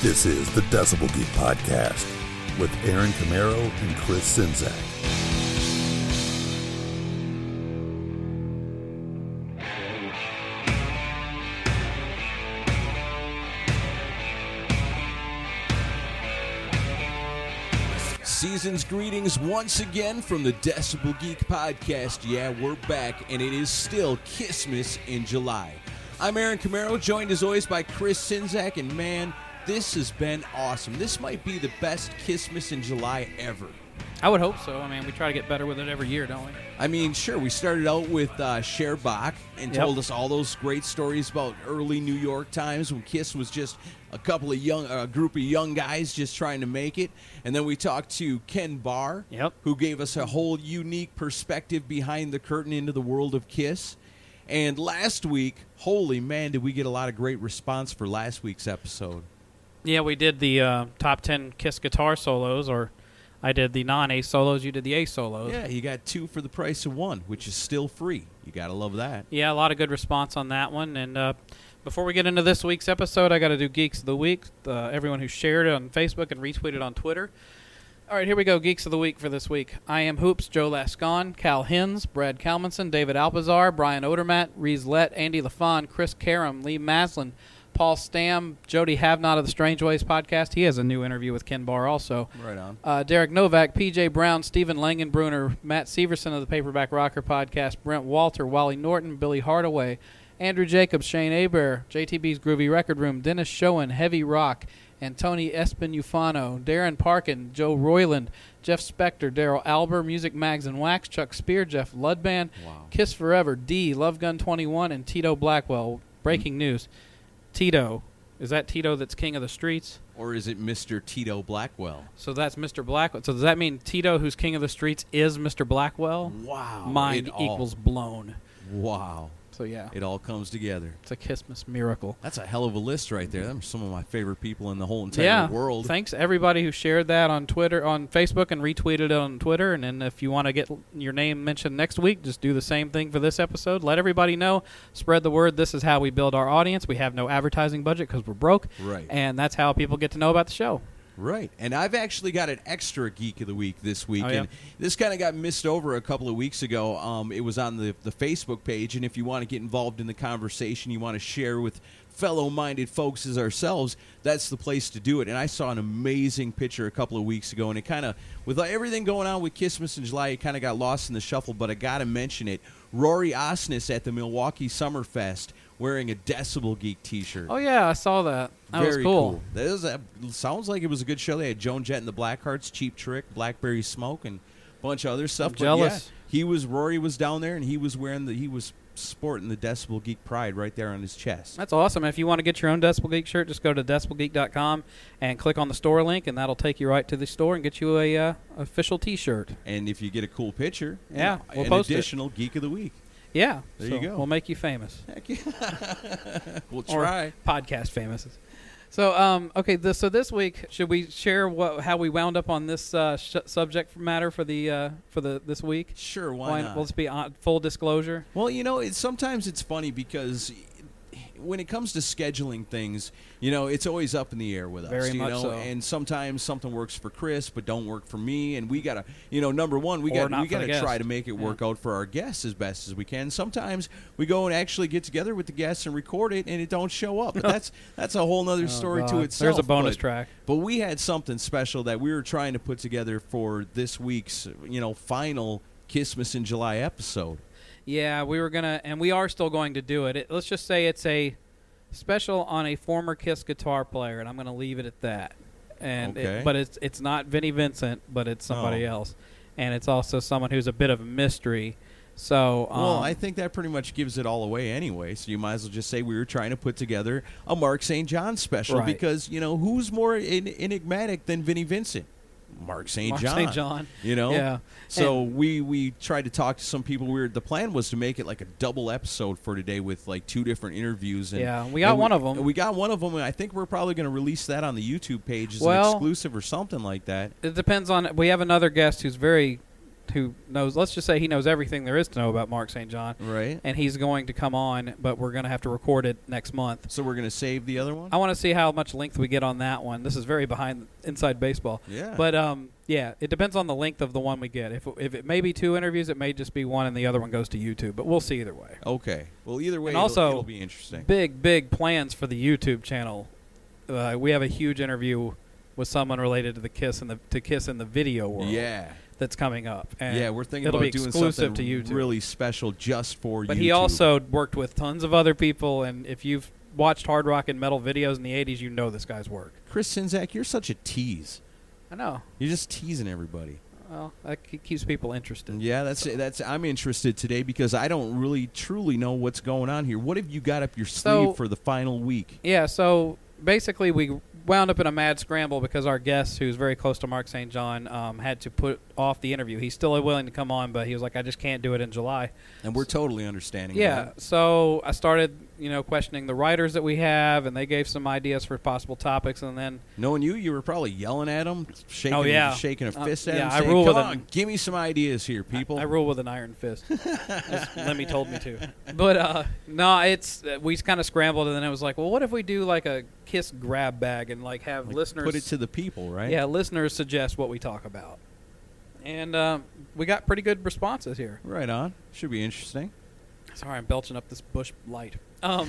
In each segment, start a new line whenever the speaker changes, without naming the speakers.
This is the Decibel Geek Podcast with Aaron Camero and Chris Sinzak.
Season's greetings once again from the Decibel Geek Podcast. Yeah, we're back, and it is still Christmas in July. I'm Aaron Camero, joined as always by Chris Sinzak, and man, this has been awesome. This might be the best Christmas in July ever.
I would hope so. I mean, we try to get better with it every year, don't we?
I mean, sure, we started out with uh, Cher Bach and
Yep.
told us all those great stories about early New York times when Kiss was just a couple of young, a group of young guys just trying to make it. And then we talked to Ken Barr,
Yep.
who gave us a whole unique perspective behind the curtain into the world of Kiss. And last week, holy man, did we get a lot of great response for last week's episode.
Yeah, we did the uh, top ten Kiss guitar solos, or I did the non-ace solos. You did the ace solos.
Yeah, you got two for the price of one, which is still free. You got to love that.
Yeah, a lot of good response on that one. And uh, before we get into this week's episode, I got to do Geeks of the Week. Uh, everyone who shared it on Facebook and retweeted on Twitter. All right, here we go. Geeks of the Week for this week. I am Hoops, Joe Lascon, Cal Hins, Brad Kalmanson, David Alpazar, Brian Odermatt, Rees Lett, Andy LaFon, Chris Karam, Lee Maslin, Paul Stam, Jody Havnot of the Strange Ways podcast. He has a new interview with Ken Barr also.
Right on.
Uh, Derek Novak, PJ Brown, Stephen Langenbrunner, Matt Severson of the Paperback Rocker podcast, Brent Walter, Wally Norton, Billy Hardaway, Andrew Jacobs, Shane Aber, JTB's Groovy Record Room, Dennis Schoen, Heavy Rock, and Tony Espinufano, Darren Parkin, Joe Royland, Jeff Spector, Daryl Alber, Music Mags and Wax, Chuck Spear, Jeff Ludband,
Wow.
Kiss Forever, D, Love Gun 21, and Tito Blackwell. Breaking news Tito. Is that Tito that's king of the streets?
Or is it Mr. Tito Blackwell?
So that's Mr. Blackwell. So does that mean Tito, who's king of the streets, is Mr. Blackwell?
Wow.
Mind
It all-
equals blown.
Wow.
So yeah,
It all comes together.
it's a Christmas miracle.
That's a hell of a list right there. Them are some of my favorite people in the whole entire
yeah.
world.
Thanks to everybody who shared that on Twitter, on Facebook, and retweeted it on Twitter. And then if you want to get l- your name mentioned next week, just do the same thing for this episode. Let everybody know. Spread the word. This is how we build our audience. We have no advertising budget because we're broke.
Right.
And that's how people get to know about the show.
Right. And I've actually got an extra Geek of the Week this week.
Oh, yeah?
And this kind of got missed over a couple of weeks ago. Um, it was on the, the Facebook page. And if you want to get involved in the conversation, you want to share with fellow minded folks as ourselves, that's the place to do it. And I saw an amazing picture a couple of weeks ago. And it kind of, with like, everything going on with Christmas in July, it kind of got lost in the shuffle. But I got to mention it Rory Osnes at the Milwaukee Summerfest wearing a Decibel Geek t shirt.
Oh yeah, I saw that. That
Very
was
That is a, sounds like it was a good show. They had Joan Jett and the Blackhearts, Cheap Trick, Blackberry Smoke, and a bunch of other stuff.
I'm
But
jealous.
yeah, he was Rory was down there, and he was wearing the he was sporting the Decibel Geek Pride right there on his chest.
That's awesome. If you want to get your own Decibel Geek shirt, just go to decibelgeek.com and click on the store link, and that'll take you right to the store and get you a uh, official T-shirt.
And if you get a cool picture,
Yeah,
an-
we'll
an
post it.
additional Geek of the Week.
Yeah,
There
so
you go.
We'll make you famous.
Heck yeah, we'll
Or
try.
podcast famous. So um, okay, this, so this week should we share what how we wound up on this uh, sh- subject matter for the uh, for the this week?
Sure, why, not?
Well, let's be on, full disclosure.
Well, you know, it's sometimes it's funny because when it comes to scheduling things, you know, it's always up in the air with us.
Very
you
much
know,
so.
and sometimes something works for Chris but don't work for me, and we gotta, you know, number one, we
Or
got
not
we
for the
gotta try
guest.
to make it
Yeah.
work out for our guests as best as we can. Sometimes we go and actually get together with the guests and record it, and it don't show up. But that's that's a whole other story
Oh, God.
to
There's
itself.
a bonus
but-
track.
but we had something special that we were trying to put together for this week's, you know, final Christmas in July episode.
Yeah, we were gonna, and we are still going to do it. it. Let's just say it's a special on a former Kiss guitar player, and I'm gonna leave it at that. And it-
Okay. Oh.
but it's it's not Vinnie Vincent, but it's somebody
No.
else, and it's also someone who's a bit of a mystery. So um,
Well, I think that pretty much gives it all away anyway. So you might as well just say we were trying to put together a Mark St. John special
Right.
because you know who's more en- enigmatic than Vinnie Vincent? Mark St.
Mark
John.
St. John.
You know.
Yeah.
So we we tried to talk to some people. We were, the plan was to make it like a double episode for today with like two different interviews. And,
Yeah, we got
and
one of 'em.
and We got one of them, and I think we're probably going to release that on the YouTube page as
Well-
an exclusive or something like that.
It depends on. We have another guest who's very who knows. Let's just say he knows everything there is to know about Mark St. John,
Right.
and he's going to come on, but we're going to have to record it next month.
So we're gonna save the other one.
I want to see how much length we get on that one. This is very behind inside baseball.
Yeah.
But um, yeah, it depends on the length of the one we get. If if it may be two interviews, it may just be one, and the other one goes to YouTube. But we'll see either way.
Okay. Well, either way,
And
it'll-
also-
it'll be interesting.
Big big plans for the YouTube channel. Uh, we have a huge interview with someone related to the Kiss and the to Kiss in the video world.
Yeah.
That's coming up. And
yeah, we're thinking
it'll
about
be
doing
exclusive
something
to YouTube.
really special just for
But
YouTube.
he also worked with tons of other people, and if you've watched hard rock and metal videos in the '80s, you know this guy's work.
Chris Sinzak, you're such a tease.
I know.
You're just teasing everybody.
Well, that ke- keeps people interested.
Yeah, that's that's. I'm interested today because I don't really truly know what's going on here. What have you got up your sleeve
So-
for the final week?
Yeah, so basically we wound up in a mad scramble because our guest, who's very close to Mark St. John, um, had to put off the interview. He's still willing to come on, but he was like, I just can't do it in July.
And we're totally understanding.
Yeah,
that.
so I started, you know, questioning the writers that we have, and they gave some ideas for possible topics, and then
Knowing you, you were probably yelling at him, shaking,
Oh, yeah.
shaking a
Uh,
fist at
yeah,
him.
I
saying,
rule
Come
with
on,
an-
give me some ideas here, people.
I rule with an iron fist. As Lemmy told me to. But uh, no, it's uh, we kind of scrambled, and then it was like, well, what if we do like a kiss grab bag and like have
Like,
listeners
put it to the people, right?
Yeah, listeners suggest what we talk about. And uh, we got pretty good responses here.
Right on. Should be interesting.
Sorry, I'm belching up this bush light. Um,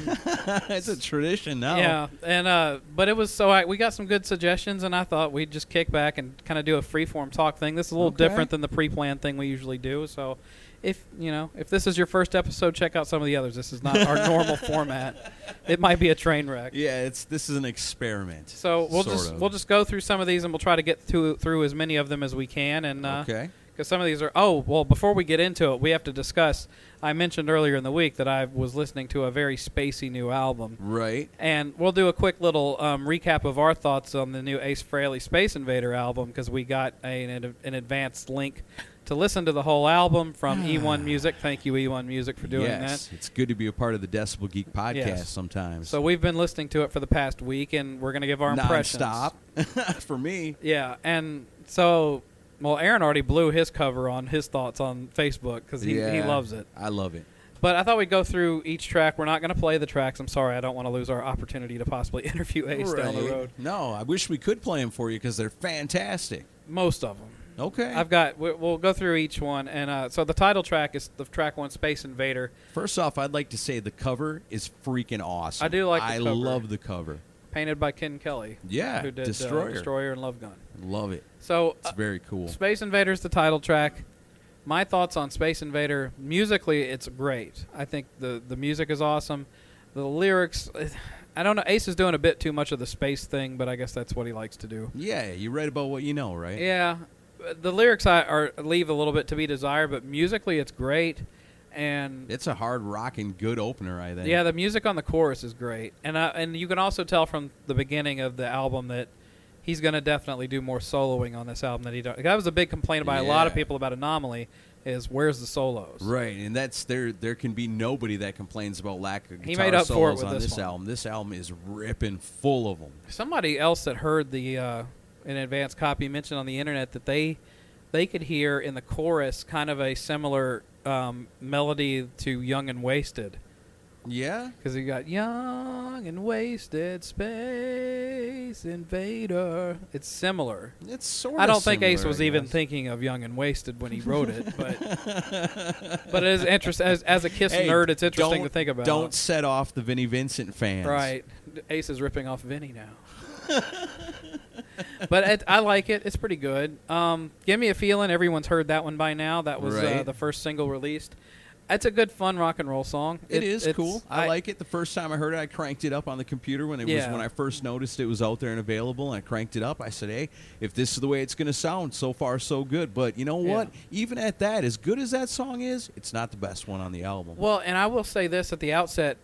it's a tradition now.
yeah, and uh, but it was so I, we got some good suggestions, and I thought we'd just kick back and kind of do a freeform talk thing. This is a little
Okay.
different than the pre-planned thing we usually do. So, if you know, if this is your first episode, check out some of the others. This is not our normal format. It might be a train wreck.
Yeah, it's this is an experiment.
So we'll
sort
just
of.
we'll just go through some of these, and we'll try to get through through as many of them as we can. And uh,
okay.
because some of these are oh well before we get into it we have to discuss i mentioned earlier in the week that i was listening to a very spacey new album
Right.
and we'll do a quick little um, recap of our thoughts on the new ace frehley space invader album because we got a, an, an advanced link to listen to the whole album from e1 music thank you e1 music for doing
Ah. yes,
that
it's good to be a part of the Decibel Geek podcast
Yes.
sometimes.
so we've been listening to it for the past week and we're going to give our impressions
stop for me.
Yeah, and so well, Aaron already blew his cover on his thoughts on Facebook because he, he
Yeah,
loves it.
I love it.
But I thought we'd go through each track. We're not going to play the tracks. I'm sorry, I don't want to lose our opportunity to possibly interview Ace down the
Right.
road.
No, I wish we could play them for you because they're fantastic.
Most of them.
Okay.
I've got. we- We'll go through each one, and uh, so the title track is the track one, Space Invader.
First off, I'd like to say the cover is freaking awesome.
I do like the
I
cover.
love the cover.
painted by Ken Kelly.
Yeah,
who did
Destroyer.
Uh, Destroyer and Love Gun.
Love it.
So uh,
It's very cool.
Space Invaders, the title track. My thoughts on Space Invader musically, it's great. I think the the music is awesome. The lyrics, I don't know. Ace is doing a bit too much of the space thing, but I guess that's what he likes to do.
Yeah, you read about what you know, right?
Yeah, the lyrics I are leave a little bit to be desired, but musically it's great. And
It's a hard rocking good opener, I think.
yeah, the music on the chorus is great, and I, and you can also tell from the beginning of the album that he's going to definitely do more soloing on this album than he does. That was a big complaint by a lot of
Yeah.
people about Anomaly is where's the solos?
Right, and that's there. There can be nobody that complains about lack of guitar
He made up for
solos
it with
on
this
this,
one.
album. This album is ripping full of them.
Somebody else that heard the uh, an advanced copy mentioned on the internet that they they could hear in the chorus kind of a similar um, melody to "Young and Wasted"
Yeah,
because you got "Young and Wasted Space Invader." It's similar.
it's sort.
I don't think Ace was even thinking of Young and Wasted when he wrote it, but but it is interesting as, as a Kiss
Hey,
nerd, it's interesting to
don't-
think about.
Don't set off the Vinnie Vincent fans.
right? Ace is ripping off Vinny now. but it, I like it; it's pretty good. Um, Give me a feeling. Everyone's heard that one by now. That was uh,
Right.
the first single released. It's a good, fun rock and roll song.
It is
it's-
cool. I, like it. The first time I heard it, I cranked it up on the computer when it
Yeah.
was when I first noticed it was out there and available. And I cranked it up. I said, "Hey, if this is the way it's going to sound, so far so good." But you know what? Even at that, as good as that song is, it's not the best one on the album.
Well, and I will say this at the outset,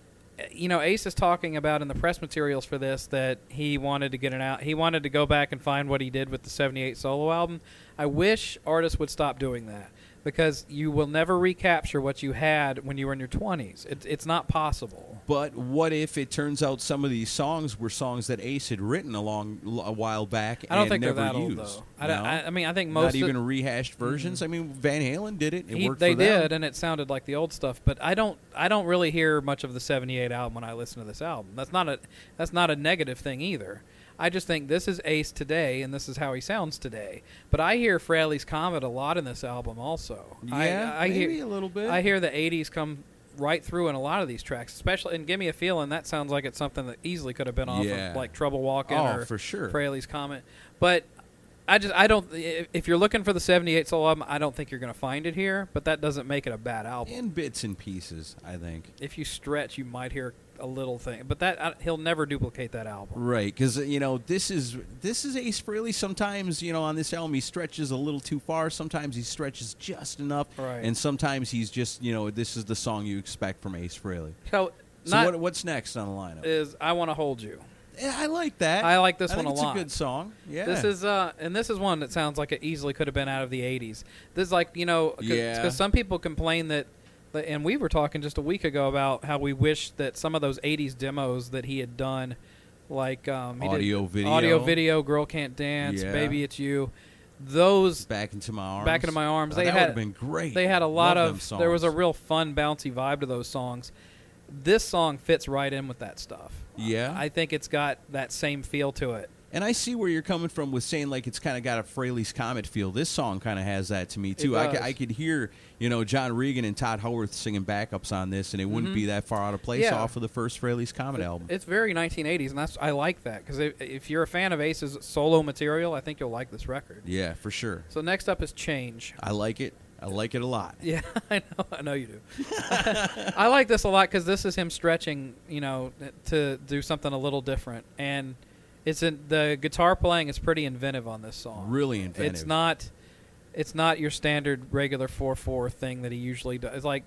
you know, Ace is talking about in the press materials for this that he wanted to get it out. He wanted to go back and find what he did with the 78 solo album. I wish artists would stop doing that. because you will never recapture what you had when you were in your 20s. It, it's not possible.
But what if it turns out some of these songs were songs that Ace had written a long a while back
I don't
and
think they're
never
that
used?
old though. I,
no?
don't- I, I mean, I think most
not
of- Mm-hmm.
even rehashed versions. I mean, Van Halen did it. It
he-
worked.
they
for them.
did, and it sounded like the old stuff. But I don't, I don't really hear much of the '78 album when I listen to this album. That's not a, that's not a negative thing either. I just think this is Ace today, and this is how he sounds today. But I hear Fraley's comment a lot in this album, also. I-
Yeah,
I,
maybe
hear,
a little bit.
I hear the '80s come right through in a lot of these tracks, especially. And give me a feeling that sounds like it's something that easily could have been off
Yeah.
of like Trouble Walking
Oh,
or
for sure.
Fraley's comment. But I just I don't. i- If you're looking for the '78 soul album, I don't think you're going to find it here. But that doesn't make it a bad album.
in bits and pieces. I think.
if you stretch, you might hear a little thing. But that I, he'll never duplicate that album.
Right, because you know this is this is Ace Frehley. Sometimes you know on this album he stretches a little too far. Sometimes he stretches just enough,
Right.
and sometimes he's just you know this is the song you expect from Ace Frehley.
So,
So
not
what, what's next on the lineup?
is I want to hold you.
Yeah, I like that.
I like this
I
one
think
a
it's
lot.
a good song. Yeah,
This is uh, and this is one that sounds like it easily could have been out of the '80s. This is like you know, because
Yeah.
some people complain that, that- and we were talking just a week ago about how we wish that some of those '80s demos that he had done, like um, he did
Audio, video.
audio video, girl can't dance,
Yeah.
baby it's you, those
back into my arms.
Back Into My Arms,
Oh,
they
that
had-
would have been great.
they had a lot
Love
of
them
there was a
songs.
real fun bouncy vibe to those songs this song fits right in with that stuff
Yeah.
i think it's got that same feel to it
And I see where you're coming from with saying like it's kind of got a Fraley's Comet feel. This song kind of has that to me too. I, c-
does.
I could hear you know John Regan and Todd Howarth singing backups on this, and it wouldn't be that far out of place
Mm-hmm. Yeah.
off of the first Fraley's Comet album.
it's very 1980s and that's i like that because if you're a fan of ace's solo material i think you'll like this record
yeah, for sure.
so next up is change
I like it. I like it a lot.
Yeah, I know. I know you do. I like this a lot because this is him stretching, you know, to do something a little different, and it's in, the guitar playing is pretty inventive on this song.
Really inventive.
It's not, it's not your standard regular four four thing that he usually does. It's like,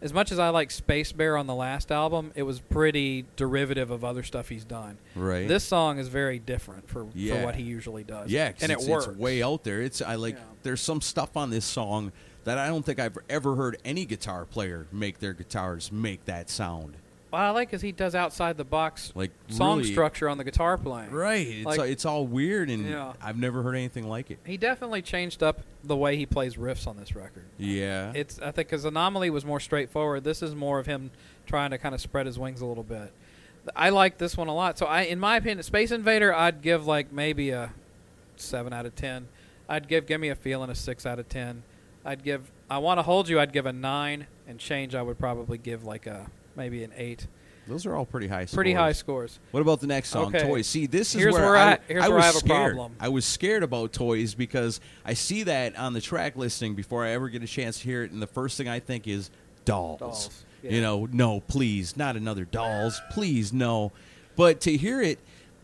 as much as I like Space Bear on the last album, it was pretty derivative of other stuff he's done.
Right.
This song is very different for,
Yeah.
for what he usually does.
Yeah, 'cause
and
it's,
it works
It's way out there. It's I like.
Yeah.
There's some stuff on this song that I don't think I've ever heard any guitar player make their guitars make that sound.
What I like is he does outside the box
Like,
song
really-
structure on the guitar playing.
Right. It's
Like-
it's all weird, and
Yeah.
I've never heard anything like it.
He definitely changed up the way he plays riffs on this record.
Yeah.
It's I think because Anomaly was more straightforward. This is more of him trying to kind of spread his wings a little bit. I like this one a lot. So I, in my opinion, Space Invader, I'd give like maybe a seven out of ten. I'd give Give Me a Feeling a six out of ten. I'd give I Want to Hold You. I'd give a nine, and Change I would probably give like a maybe an eight.
Those are all pretty high. Scores.
Pretty high scores.
What about the next song,
Okay.
Toys? See, this is
Here's
where,
where
I,
I- here's where
was
I have a
scared.
problem.
I was scared about Toys because I see that on the track listing before I ever get a chance to hear it, and the first thing I think is Dolls.
Dolls,
You
yeah.
know, no, please, not another Dolls. Please, no. But to hear it,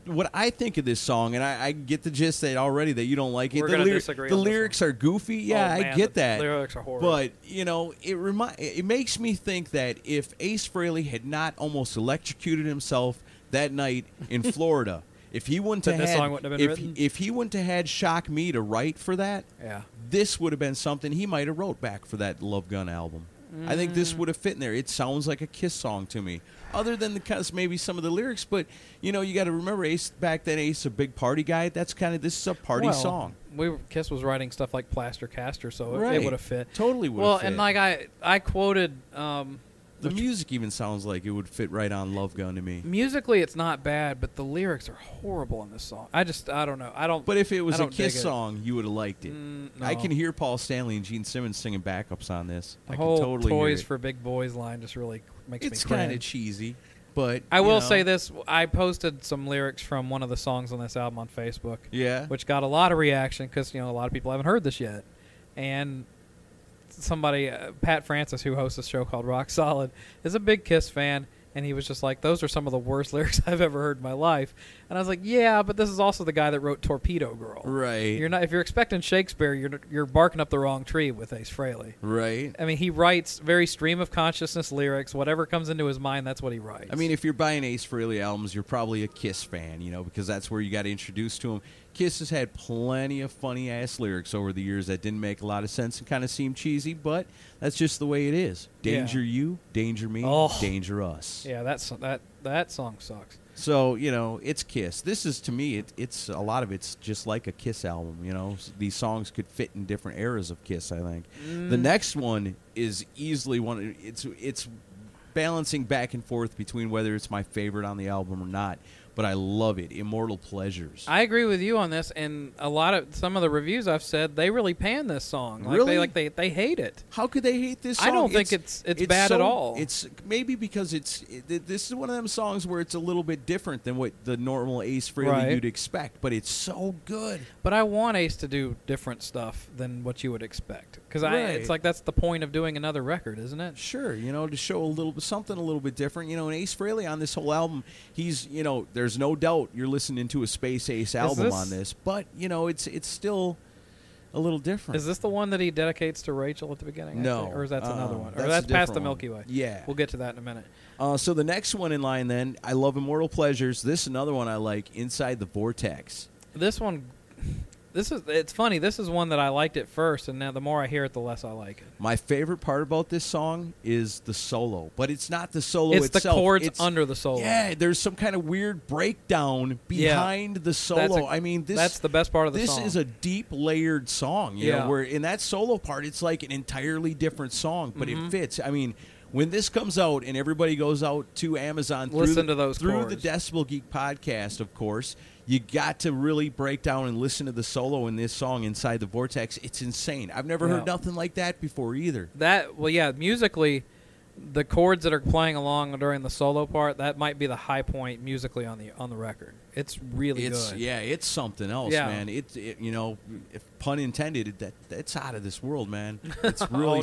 what I think of this song, and I, I get the gist that already that you don't like it.
We're
the
gonna disagree
the
on this
lyrics are goofy. Yeah,
Oh,
I
man,
get
the
that.
lyrics are horrible.
But you know, it remi- it makes me think that if Ace Frehley had not almost electrocuted himself that night in Florida, if he wouldn't
That
have
this
had,
song wouldn't have been
if,
written?
if he wouldn't have had Shock Me to write for that,
Yeah.
this would have been something he might have wrote back for that Love Gun album. I think
Mm.
this would have fit in there. It sounds like a Kiss song to me, other than the cause maybe some of the lyrics. But you know, you got to remember Ace back then. Ace, a big party guy. That's kind of this is a party
Well,
song.
We were, Kiss was writing stuff like Plaster Caster, so it-
Right.
it would have fit.
Totally would've
Well,
fit.
and like I, I quoted um,
The music even sounds like it would fit right on Love Gun to me.
musically, it's not bad, but the lyrics are horrible in this song. I just, I don't know. I don't.
But if it was a
I don't dig
Kiss
it.
song, you would have liked it.
Mm,
I
no.
can hear Paul Stanley and Gene Simmons singing backups on this.
the
I can
whole
totally hear
"Toys
it.
for Big Boys" line just really makes
It's
me
kind of
cringe.
cheesy, but
I
you know.
will say this: I posted some lyrics from one of the songs on this album on Facebook,
Yeah,
which got a lot of reaction because you know a lot of people haven't heard this yet, and somebody uh, Pat Francis who hosts a show called Rock Solid is a big Kiss fan, and he was just like, "Those are some of the worst lyrics I've ever heard in my life," and I was like, "Yeah, but this is also the guy that wrote Torpedo Girl,
right.
You're not if you're expecting Shakespeare, you're you're barking up the wrong tree with Ace Frehley."
right.
I mean, he writes very stream of consciousness lyrics. Whatever comes into his mind, that's what he writes.
I mean, if you're buying Ace Frehley albums, you're probably a Kiss fan, you know, because that's where you got introduced to him. Kiss has had plenty of funny ass lyrics over the years that didn't make a lot of sense and kind of seemed cheesy, but that's just the way it is.
Yeah.
Danger you, danger me,
Oh.
danger us.
Yeah, that's that that song sucks.
So you know, it's Kiss. This is to me, it, it's a lot of it's just like a Kiss album. You know, S- these songs could fit in different eras of Kiss. I think the
Mm.
next one is easily one. It's it's balancing back and forth between whether it's my favorite on the album or not. But I love it, Immortal Pleasures.
I agree with you on this, and a lot of some of the reviews I've said they really pan this song. Like
Really?
they like they, they hate it.
How could they hate this? Song?
I don't think it's- it's bad at
so-
all.
It's maybe because it's it, this is one of them songs where it's a little bit different than what the normal Ace Frehley
Right.
you'd expect, but it's so good.
But I want Ace to do different stuff than what you would expect, because I
Right.
it's like that's the point of doing another record, isn't it?
Sure, you know, to show a little bit something a little bit different. You know, and Ace Frehley on this whole album, he's you know, there's no doubt you're listening to a Space Ace album
this-
on this, but you know, it's it's still a little different.
Is this the one that he dedicates to Rachel at the beginning? I
No,
think? or is that
uh-uh.
another one? Or
That's a
that's, past
different
the
one.
Milky Way.
Yeah.
we'll get to that in a minute.
Uh, so the next one in line, then, I love Immortal Pleasures. This another one I like, Inside the Vortex.
This one, this is it's funny. This is one that I liked at first, and now the more I hear it, the less I like it.
My favorite part about this song is the solo, but it's not the solo
It's the
itself.
chords
it's,
under the solo.
Yeah, there's some kind of weird breakdown
Yeah.
behind the
That's
solo.
a-
I mean, this
that's the best part of the
this
song.
is a deep layered song. You
Yeah.
know, where in that solo part, it's like an entirely different song, but
Mm-hmm.
it fits. I mean. When this comes out and everybody goes out to Amazon, through
Listen
the-
to those
through the
chords.
Decibel Geek podcast, of course, you got to really break down and listen to the solo in this song inside the vortex. It's insane. I've never heard
Yeah.
nothing like that before either.
That well, yeah, musically, the chords that are playing along during the solo part that might be the high point musically on the on the record. It's really
it's
good.
yeah, it's something else,
Yeah.
man. It, it you know, if pun intended, it, that that's out of this world, man. It's really
oh no!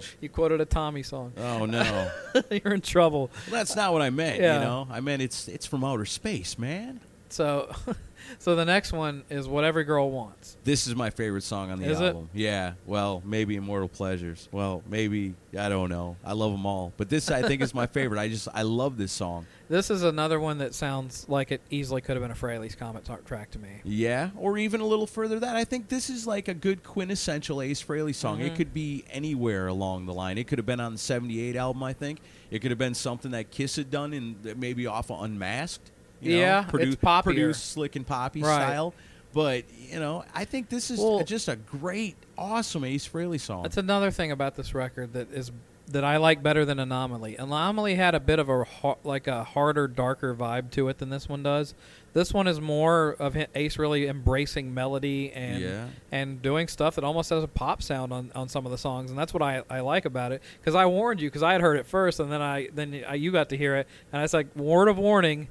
strange.
You quoted a Tommy song.
Oh no, well,
You're in trouble.
that's not what I meant.
Yeah.
You know, I meant it's it's from outer space, man.
So, so the next one is what every girl wants.
This is my favorite song on the
Is it?
album. Yeah, well, maybe Immortal Pleasures. Well, maybe I don't know. I love them all, but this I think is my favorite. I just I love this song.
This is another one that sounds like it easily could have been a Fraley's Comet tar- track to me.
Yeah, or even a little further that I think this is like a good quintessential Ace Frehley song.
Mm-hmm.
It could be anywhere along the line. It could have been on the '78 album, I think. It could have been something that Kiss had done, and maybe off of Unmasked. You
Yeah,
know,
it's poppier.
produced slick and poppy
Right.
style. But you know, I think this is
Well-
just a great, awesome Ace Frehley song.
That's another thing about this record that is that I like better than Anomaly. Anomaly had a bit of a har- like a harder, darker vibe to it than this one does. This one is more of hi- Ace really embracing melody and
Yeah.
and doing stuff that almost has a pop sound on, on some of the songs, and that's what I, I like about it. Because I warned you, because I had heard it first, and then I then I, you got to hear it, and I was like, word of warning.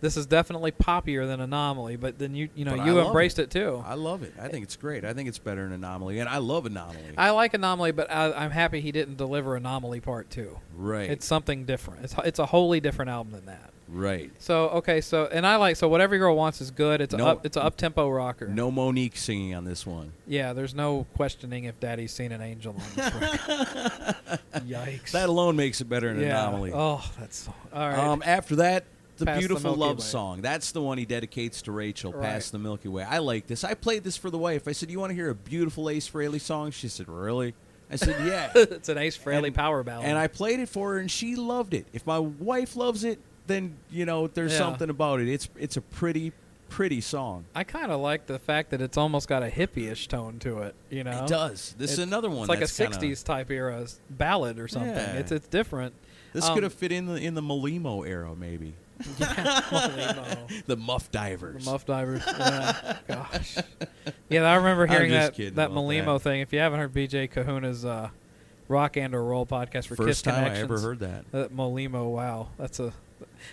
This is definitely poppier than Anomaly, but then you you know
But I
you
love
embraced it too.
I love it. I think it's great. I think it's better than Anomaly, and I love Anomaly.
I like Anomaly, but I, I'm happy he didn't deliver Anomaly Part Two.
Right.
It's something different. It's it's a wholly different album than that.
right.
So okay, so and I like so what every girl wants is good. It's
No.
a up, it's a up tempo rocker.
No Monique singing on this one.
Yeah, there's no questioning if Daddy's seen an angel on this record. Yikes.
That alone makes it better than
yeah.
Anomaly.
Oh, that's all right.
Um, after that, the
Past the
beautiful
Milky
love
Way.
song. That's the one he dedicates to Rachel.
Right.
Past the Milky Way. I like this. I played this for the wife. I said, "You want to hear a beautiful Ace Frehley song?" She said, "Really?" I said, "Yeah."
it's an Ace Frehley
And-
power ballad.
and I played it for her, and she loved it. If my wife loves it, then you know there's
Yeah.
something about it. It's it's a pretty pretty song.
I kind of like the fact that it's almost got a hippie-ish tone to it. You know,
It does. This is
It's-
another one.
It's like
that's
a
kinda-
'60s type era ballad or something.
Yeah.
It's it's different.
This
Um,
could have fit in the in the Malimo era, maybe.
the
The Muff Divers.
muff divers. Yeah. Gosh. Yeah, I remember hearing
just
that
kidding
that
about
Malimo
that.
thing. If you haven't heard BJ Kahuna's uh, Rock and or Roll podcast for Kiss
First time I
Connections,
ever heard that.
that Molimo. Wow, that's a.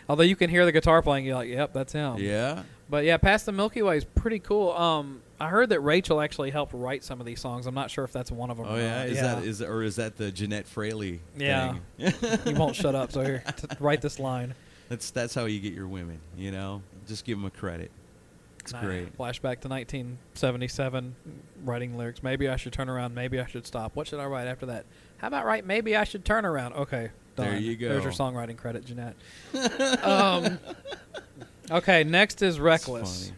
Although you can hear the guitar playing, you're like, "Yep, that's him."
Yeah.
But yeah, past the Milky Way is pretty cool. Um, I heard that Rachel actually helped write some of these songs. I'm not sure if that's one of them.
Oh
or
yeah,
not.
is that is or is that the Jeanette Fraley?
Yeah.
thing?
you won't shut up. So here, t- write this line.
that's that's how you get your women. You know, just give them a credit. It's
Nah,
great.
Flashback to 1977, writing lyrics. Maybe I should turn around. Maybe I should stop. What should I write after that? How about write Maybe I should turn around? Okay, done.
There you
There's
go.
your songwriting credit, Jeanette. um, okay, next is
It's
Reckless.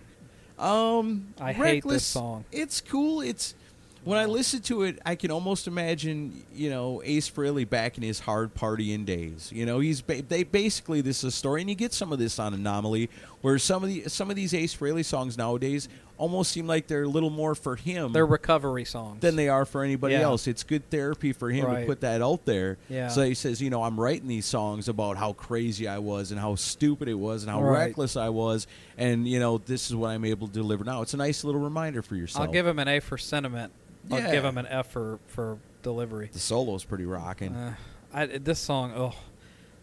funny. Um,
I hate this
Reckless,
song.
It's cool. It's when I listen to it, I can almost imagine you know Ace Frehley back in his hard partying days. You know, he's ba- they basically this is a story, and you get some of this on Anomaly, where some of the some of these Ace Frehley songs nowadays almost seem like they're a little more for him
They're recovery songs.
than they are for anybody
Yeah.
else. It's good therapy for him
Right.
to put that out there.
Yeah.
So he says, you know, I'm writing these songs about how crazy I was and how stupid it was and how
Right.
reckless I was, and you know, this is what I'm able to deliver now. It's a nice little reminder for yourself.
I'll give him an A for sentiment. I'll
Yeah.
give him an F for for delivery.
the solo's pretty rocking.
Uh, I, this song, oh,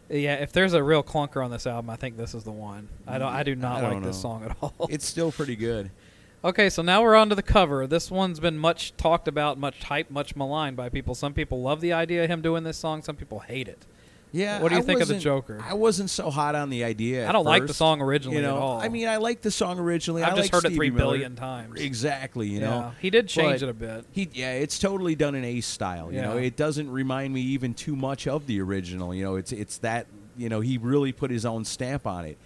yeah. If there's a real clunker on this album, I think this is the one. I don't. I do not
I don't
like this
know.
song at all.
it's still pretty good.
Okay, so now we're on to the cover. This one's been much talked about, much hyped, much maligned by people. Some people love the idea of him doing this song. Some people hate it.
Yeah.
What do you
I
think of the
wasn't-
Joker?
I wasn't so hot on the idea.
I
at
don't like the
first,
song originally
You know,
at all.
I mean, I liked the song originally.
I've
I
just
like
heard it
Stevie
three
Miller.
billion times.
Exactly. You know,
Yeah, he did change
But-
it a bit.
He, yeah, it's totally done in Ace style. You know,
Yeah.
it doesn't remind me even too much of the original. You know, it's it's that you know he really put his own stamp on it.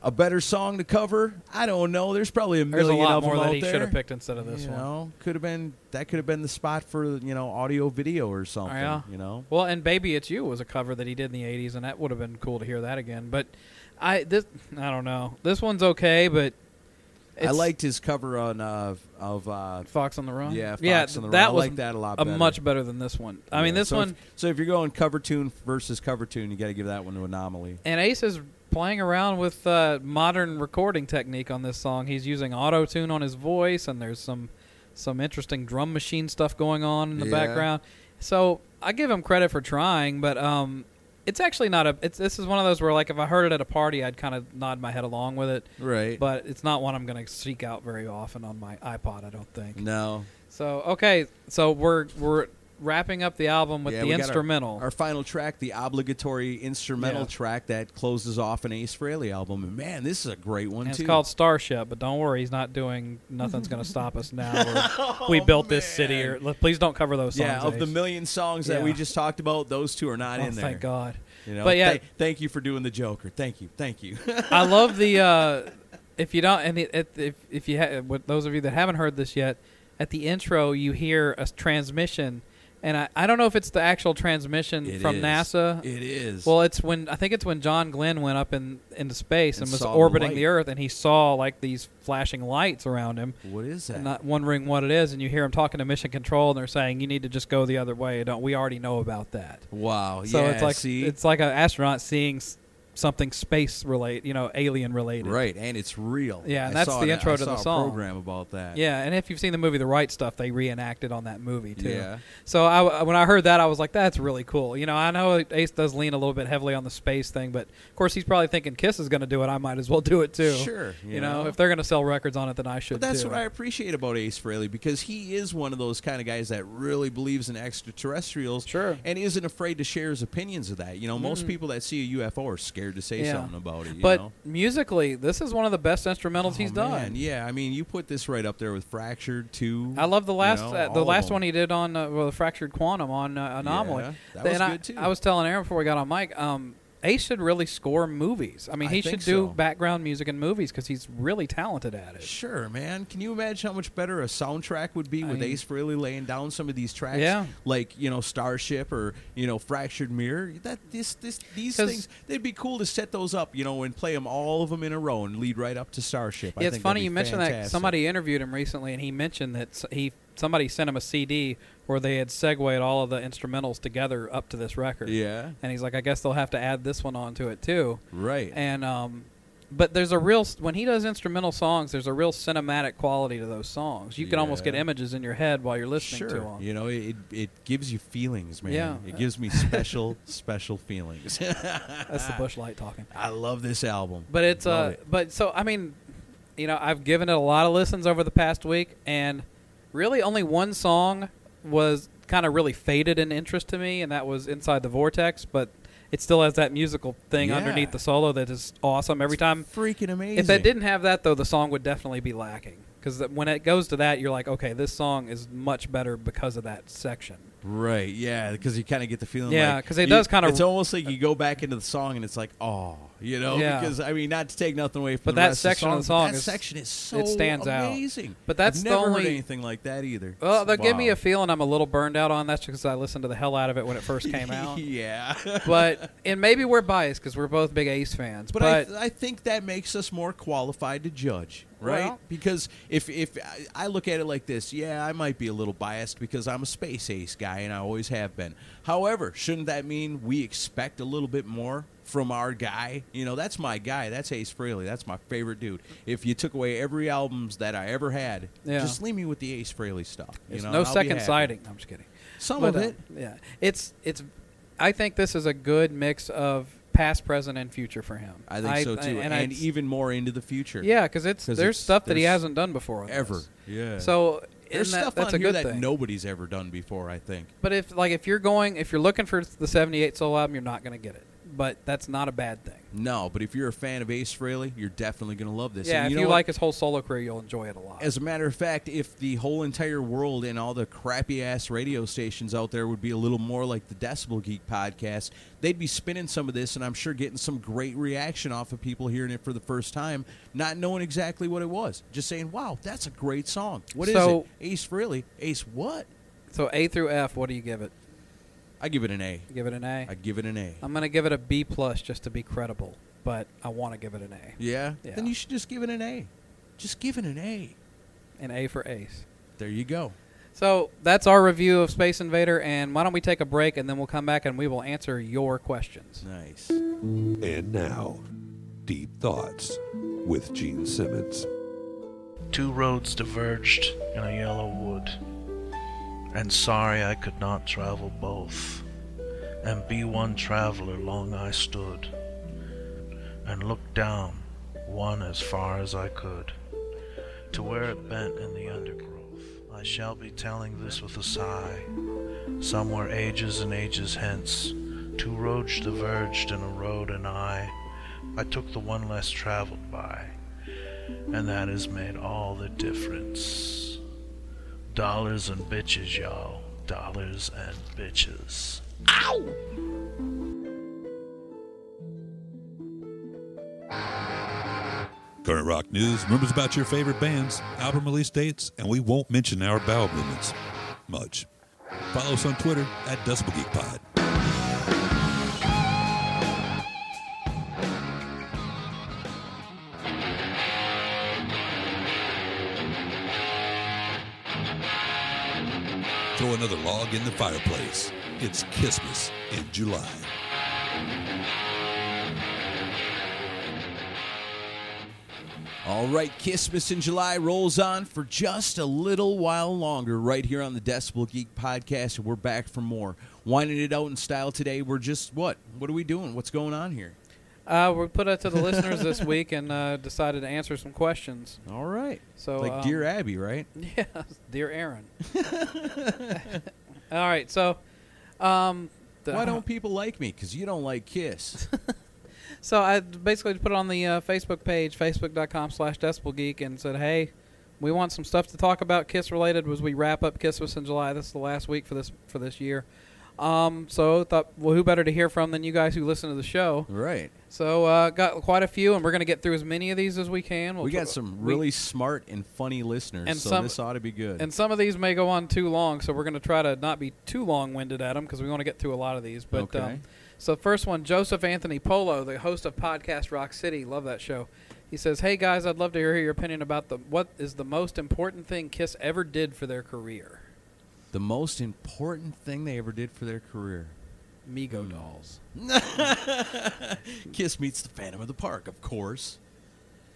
A better song to cover? I don't know. There's probably a
There's a
million
lot
of them
more that
out
he
there.
should have picked instead of this
you
one.
know, could have been that could have been the spot for you know audio video or something.
Yeah.
You know,
Well, and "Baby It's You" was a cover that he did in the '80s, and that would have been cool to hear that again. But I this I don't know. This one's okay, but
I
it's
liked his cover on uh, of uh,
"Fox on the Run."
yeah, Fox
yeah,
on the
that
Run. I
was
like that a lot.
a
better.
much better than this one. I mean,
Yeah,
this
so if-
one
so if you're going cover tune versus cover tune, you got to give that one to Anomaly.
and Ace is playing around with uh, modern recording technique on this song. He's using auto tune on his voice, and there's some some interesting drum machine stuff going on in the
Yeah.
background. So I give him credit for trying, but um, it's actually not a. It's this is one of those where like if I heard it at a party, I'd kind of nod my head along with it.
Right.
But it's not one I'm going to seek out very often on my iPod. I don't think.
no,
So okay, so we're we're wrapping up the album with
Yeah,
the
we got our-
instrumental.
Our, final track, the obligatory instrumental
Yeah.
track that closes off an Ace Frehley album. And man, this is a great one
And
too.
It's called Starship, but don't worry, he's not doing. Nothing's going to stop us now. or we built this city, or let- please don't cover those songs.
Oh, yeah, of the
Ace.
million songs that
Yeah.
we just talked about, those two are not
Oh,
in there.
thank God.
You know,
But yeah-
thank- thank you for doing the Joker. Thank you, thank you.
I love the. Uh, if you don't, and it, it, if if you ha- with those of you that haven't heard this yet, at the intro you hear a s- transmission, and I, I don't know if it's the actual transmission
It
from
is.
NASA.
It is.
well, it's when I think it's when John Glenn went up in into space and,
And
was
saw the
orbiting
light.
the Earth, and he saw like these flashing lights around him.
what is that?
and not wondering what it is, and you hear him talking to Mission Control, and they're saying you need to just go the other way. Don't we already know about that?
wow.
So
yeah.
it's like
see?
it's like an astronaut seeing s- something space related, you know, alien related.
right, and it's real.
Yeah,
I
and that's
saw
the
an-
intro
I
to
saw
the
a
song.
Program about that.
Yeah, and if you've seen the movie The Right Stuff, they reenacted on that movie too.
Yeah.
So I, when I heard that, I was like, "That's really cool." You know, I know Ace does lean a little bit heavily on the space thing, but of course he's probably thinking Kiss is going to do it. I might as well do it too.
Sure,
You,
you
know?
know.
if they're going to sell records on it, then I should.
But that's
too.
what I appreciate about Ace Frehley because he is one of those kind of guys that really believes in extraterrestrials,
Sure. Mm.
and isn't afraid to share his opinions of that. You know, most people that see a UFO are scared to say
Yeah.
something about it. You
But
know?
musically, this is one of the best instrumentals he's
Oh,
done.
man, yeah. I mean, you put this right up there with Fractured too.
I love the
you
last
know,
uh,
all
the
of
last
them.
one he did on uh, well, the fractured quantum on uh, anomaly.
Yeah, that
Th-
was
and
good, too.
I, I was telling Aaron before we got on mic. Um, Ace should really score movies. I mean,
I
he
think
should do
so.
background music in movies because he's really talented at it.
Sure, man. Can you imagine how much better a soundtrack would be
I
with
mean-
Ace Frehley laying down some of these tracks,
Yeah.
like you know Starship or you know Fractured Mirror? That this this these
'Cause-
things they'd be cool to set those up, you know, and play them all of them in a row and lead right up to Starship. I
Yeah, it's
think that'd
funny
be
you mentioned that.
fantastic.
Somebody interviewed him recently, and he mentioned that s- he somebody sent him a CD where they had segued all of the instrumentals together up to this record.
Yeah,
And he's like, I guess they'll have to add this one onto it too.
right.
and um but there's a real when he does instrumental songs there's a real cinematic quality to those songs you can almost
Yeah.
get images in your head while you're listening
sure,
to them
you know it, it gives you feelings, man.
Yeah.
It gives me special special feelings.
that's the bushlight talking
I love this album,
but it's
Love
uh
it.
but so i mean you know i've given it a lot of listens over the past week and really only one song was kind of really faded in interest to me and that was inside the vortex but it still has that musical thing
Yeah.
underneath the solo that is awesome every time
freaking amazing.
If that didn't have that, though, the song would definitely be lacking. Because when it goes to that, you're like, okay, this song is much better because of that section.
Right. Yeah, because you kind of get the feeling.
Yeah,
like-
'cause it
you-
does kinda-
It's almost like you go back into the song and it's like, oh, you know,
Yeah.
because I mean, not to take nothing away from.
But
the
that
rest
section
of
of
the
the
song, but
song
that
is-
section is so
it stands out.
amazing.
But that's
I've
the
never heard
only-
anything like that either.
Well, they'll give me
Wow.
a feeling I'm a little burned out on. That's because I listened to the hell out of it when it first came out.
yeah,
But and maybe we're biased because we're both big Ace fans.
but
But,
I, I think that makes us more qualified to judge, right?
Well-
because if if I- I look at it like this, yeah, I might be a little biased because I'm a space ace guy and I always have been. However, shouldn't that mean we expect a little bit more? From our guy, you know, that's my guy. That's Ace Frehley. That's my favorite dude. If you took away every albums that I ever had,
Yeah.
just leave me with the Ace Frehley stuff. You
there's
know,
no
and I'll be
second
happy.
sighting. No, I'm just kidding.
Some
But,
of
uh,
it,
yeah. It's it's. I think this is a good mix of past, present, and future for him.
I think so too, and,
I-
even more into the future.
yeah, because it's
'Cause
there's
it's-
stuff that he
there's
hasn't done before with
ever.
this.
Yeah.
So
There's
in that,
stuff
that's
on
a
here
good
that
thing.
nobody's ever done before. I think.
But if like if you're going if you're looking for the 78 soul album, you're not going to get it. But that's not a bad thing.
No, but if you're a fan of Ace Frehley, you're definitely going to love this.
yeah,
And
if
know
you
what?
like his whole solo career, you'll enjoy it a lot.
As a matter of fact, if the whole entire world and all the crappy ass radio stations out there would be a little more like the Decibel Geek podcast, they'd be spinning some of this, and I'm sure getting some great reaction off of people hearing it for the first time, not knowing exactly what it was, just saying, "Wow, that's a great song. What is
So-
it? Ace Frehley? Ace what?
so A through F, what do you give it?
I give it an A.
You give it an A.
I give it an A.
I'm going to give it a B plus just to be credible, but I want to give it an A.
Yeah?
Yeah.
Then you should just give it an A. Just give it an A.
An A for Ace.
There you go.
So that's our review of Space Invader, and why don't we take a break and then we'll come back and we will answer your questions.
Nice.
And now, Deep Thoughts with Gene Simmons.
Two roads diverged in a yellow wood, and sorry I could not travel both. And be one traveler long I stood, and looked down one as far as I could, to where it bent in the undergrowth. I shall be telling this with a sigh. Somewhere ages and ages hence, two roads diverged in a road, and I, I took the one less traveled by and that has made all the difference. Dollars and bitches, y'all. Dollars and bitches.
Current rock news, rumors about your favorite bands, album release dates, and we won't mention our bowel movements much. Follow us on Twitter at Decibel Geek Pod. Throw another log in the fireplace. It's Christmas in July.
All right, Christmas in July rolls on for just a little while longer right here on the Decibel Geek podcast, and we're back for more. Winding it out in style today. We're just what? What are we doing? What's going on here?
Uh, we put it to the listeners this week and uh, decided to answer some questions.
All right.
So,
like
um,
Dear Abby, right?
Yeah, dear Aaron. All right, so um, the-
Why don't people like me? Because you don't like Kiss.
so I basically put it on the uh, Facebook page, facebook.com slash decibelgeek, and said, hey, we want some stuff to talk about Kiss related as we wrap up Kissmas in July. This is the last week for this for this year. Um, so thought, well, who better to hear from than you guys who listen to the show?
right.
So uh, got quite a few, and we're going to get through as many of these as we can. We'll
we got
tr-
some
we-
really smart and funny listeners,
And
so
some-
this ought to be good.
and some of these may go on too long, so we're going to try to not be too long-winded at them because we want to get through a lot of these. But
Okay.
um, so first one, Joseph Anthony Polo, the host of podcast Rock City, love that show. He says, "Hey guys, I'd love to hear your opinion about the what is the most important thing Kiss ever did for their career?
the most important thing they ever did for their career.
Mego dolls.
Kiss meets the Phantom of the Park, of course.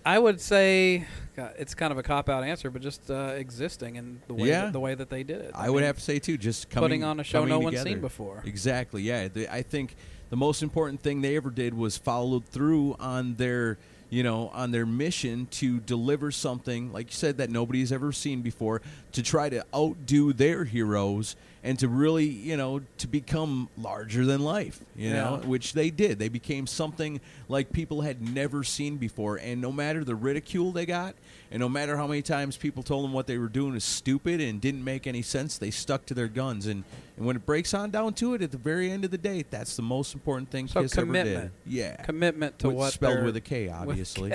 I would say God, it's kind of a cop-out answer, but just uh, existing and the way
Yeah.
that, the way that they did it.
I would
mean,
have to say too, just coming
putting on a show
coming
no one's
together.
seen before.
Exactly. Yeah, They- I think the most important thing they ever did was followed through on their, you know, on their mission to deliver something like you said that nobody's ever seen before, to try to outdo their heroes and to really, you know, to become larger than life, you know,
Yeah.
which they did. They became something like people had never seen before. And no matter the ridicule they got, and no matter how many times people told them what they were doing was stupid and didn't make any sense, they stuck to their guns. And, and when it breaks on down to it, at the very end of the day, that's the most important thing
So
Kiss ever did.
commitment.
Yeah.
Commitment to
With-
what
Spelled
they're-
with a K,
with
obviously.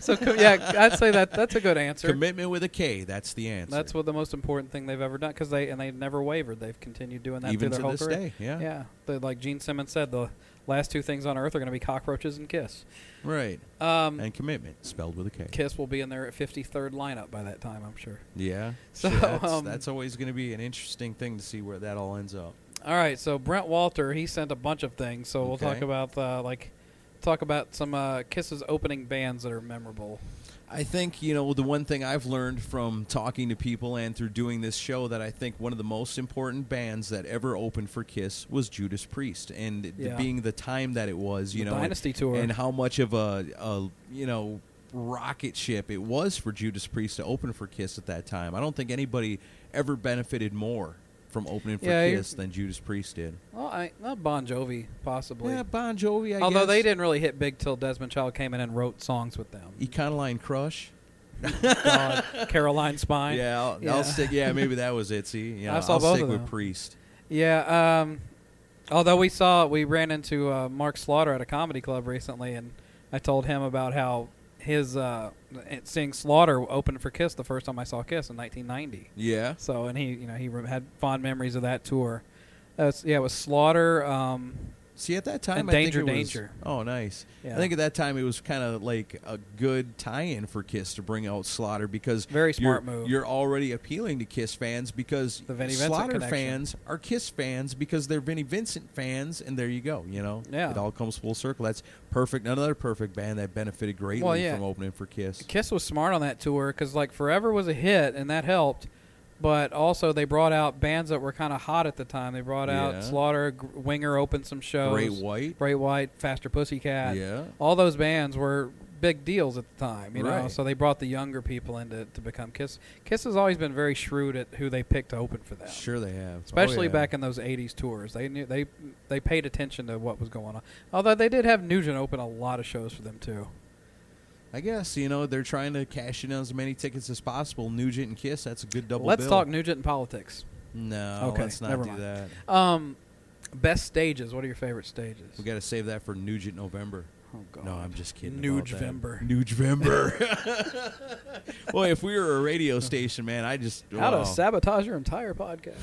So com- yeah, I'd say that that's a good answer.
Commitment with a K, that's the answer.
That's what the most important thing they've ever done because they and they've never wavered. They've continued doing that
Even
through their
to
whole
this
career.
day, yeah.
yeah. The, like Gene Simmons said, the last two things on earth are going to be cockroaches and Kiss.
Right.
Um,
and commitment, spelled with a K.
Kiss will be in their 53rd lineup by that time, I'm sure.
Yeah.
So,
Sure, that's,
um,
that's always going to be an interesting thing to see where that all ends up.
All right, so Brent Walter he sent a bunch of things, so we'll talk
Okay.
about uh, like talk about some uh, Kiss's opening bands that are memorable.
I think, you know, the one thing I've learned from talking to people and through doing this show that I think one of the most important bands that ever opened for Kiss was Judas Priest. And it-
Yeah.
being the time that it was, you
The
know, and-
Dynasty tour.
and how much of a, a, you know, rocket ship it was for Judas Priest to open for Kiss at that time. I don't think anybody ever benefited more from opening for
Yeah, you-
Kiss than Judas Priest did.
Well, I well, Bon Jovi possibly.
Yeah, Bon Jovi, I
Although
guess.
they didn't really hit big till Desmond Child came in and wrote songs with them.
Econoline Crush.
God, Caroline Spine.
yeah, I'll,
yeah.
I'll stick. Yeah, maybe that was it. See, yeah,
I saw
will
both
stick
of
with
them.
Priest.
Yeah. Um, although we saw, we ran into uh, Mark Slaughter at a comedy club recently, and I told him about how his uh, seeing Slaughter open for Kiss the first time I saw Kiss in 1990.
Yeah,
So, and he, you know, he re- had fond memories of that tour. Uh, s- yeah, it was Slaughter. Um,
See, at that time,
And
I think
Danger,
it was-
Danger.
Oh, nice.
Yeah.
I think at that time it was kind of like a good tie-in for Kiss to bring out Slaughter because
Very smart
you're,
move.
You're already appealing to Kiss fans because
The Vinnie Vincent
Slaughter
connection.
fans are Kiss fans because they're Vinnie Vincent fans, and there you go. You know,
Yeah.
it all comes full circle. That's perfect. Another perfect band that benefited greatly
Well, yeah.
from opening for Kiss.
Kiss was smart on that tour because like Forever was a hit and that helped, but also they brought out bands that were kind of hot at the time. They brought
Yeah.
out Slaughter, G- Winger opened some shows,
Great White.
Great White, Faster Pussycat,
Yeah.
all those bands were big deals at the time, you know.
Right.
So they brought the younger people in to, to become Kiss. Kiss has always been very shrewd at who they picked to open for them.
Sure, they have,
Especially
oh, yeah.
back in those '80s tours, they knew they they paid attention to what was going on. Although they did have Nugent open a lot of shows for them too.
I guess you know they're trying to cash in on as many tickets as possible. Nugent and Kiss, that's a good double.
Let's
bill.
talk Nugent and politics.
No,
Okay,
let's not
never
do
mind.
that.
Um, best stages. What are your favorite stages?
We got to save that for Nugent November.
oh God.
No, I'm just kidding.
Nugevember.
Nugevember. well, if we were a radio station, man, I just
How
wow.
to sabotage your entire podcast?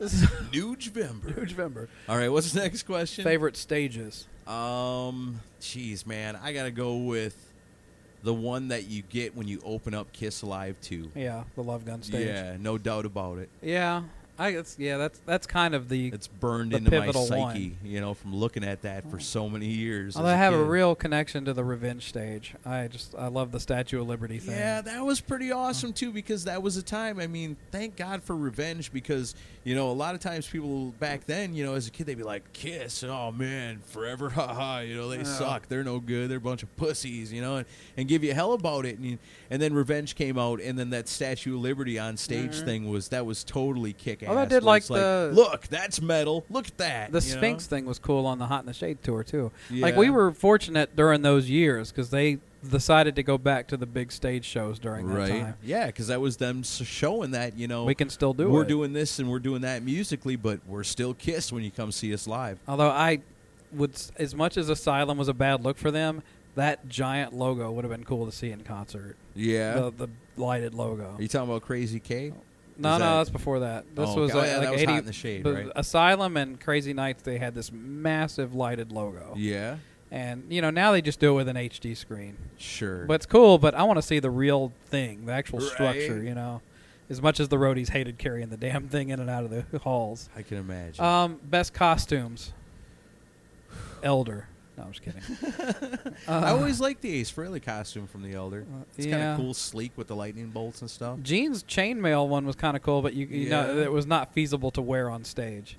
Nugevember.
Nugevember.
All right, what's the next question?
Favorite stages.
Um, jeez, man, I gotta go with the one that you get when you open up Kiss Live 2.
Yeah, the Love Gun stage.
Yeah, no doubt about it.
Yeah, I. It's, yeah, that's that's kind of the.
It's burned
The
into my
pivotal
psyche, you know, from looking at that for so many years. as
although I have a
kid.
real connection to the Revenge stage. I just I love the Statue of Liberty thing.
Yeah, that was pretty awesome too because that was a time. I mean, thank God for revenge because you know a lot of times people back then, you know, as a kid they'd be like, "Kiss, oh man, forever, haha." You know, they suck. They're no good. They're a bunch of pussies. You know, and, and give you hell about it. And you, and then revenge came out, and then that Statue of Liberty on stage thing was that was totally kick ass.
Although I Mm-hmm. Oh, did like the-
look, that's metal. Look at that.
The
you know?
Sphinx thing was cool on the Hot in the Shade tour too. Like we
Yeah.
were fortunate during those years because they decided to go back to the big stage shows during that
Right.
time.
Yeah, because that was them s- showing that you know
Oh, We can still do
we're
it.
doing this and we're doing that musically, but we're still Kiss when you come see us live.
Although I would, s- as much as Asylum was a bad look for them, that giant logo would have been cool to see in concert.
Yeah.
The, Oh, the lighted logo.
Are you talking about Crazy K?
No,
Is
no,
that-
that's before that. This
Oh, okay.
was
Oh,
like,
yeah, that
like
was
80,
Hot in the Shade,
but
right?
Asylum and Crazy Nights, they had this massive lighted logo.
Yeah.
And, you know, now they just do it with an HD screen.
Sure.
But it's cool, but I want to see the real thing, the actual
Right.
structure, you know. As much as the roadies hated carrying the damn thing in and out of the halls.
I can imagine.
Um, best costumes. Elder. No, I'm just kidding. Uh,
I always liked the Ace Frehley costume from The Elder. It's kind
yeah.
of cool, sleek with the lightning bolts and stuff.
Jean's chainmail one was kind of cool, but you, you know
Yeah.
it was not feasible to wear on stage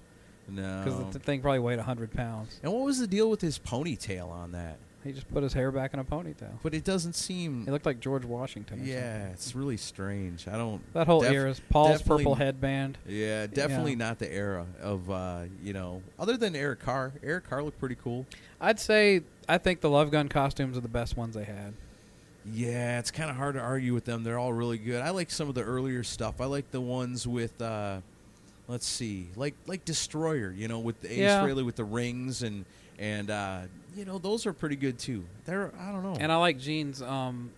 No.
because the thing probably weighed hundred pounds.
and what was the deal with his ponytail on that?
He just put his hair back in a ponytail.
But it doesn't seem.
He looked like George Washington. Or something.
yeah, it's really strange. I don't.
That whole
def-
era is Paul's
definitely-
purple headband.
Yeah, definitely not the era of uh, you know. Other than Eric Carr, Eric Carr looked pretty cool.
I'd say I think the Love Gun costumes are the best ones they had.
Yeah, it's kind of hard to argue with them. They're all really good. I like some of the earlier stuff. I like the ones with, uh, let's see, like like Destroyer, you know, with the Ace
Yeah.
Frehley with the rings and and uh, you know those are pretty good too. They're I don't know.
And I like Gene's um,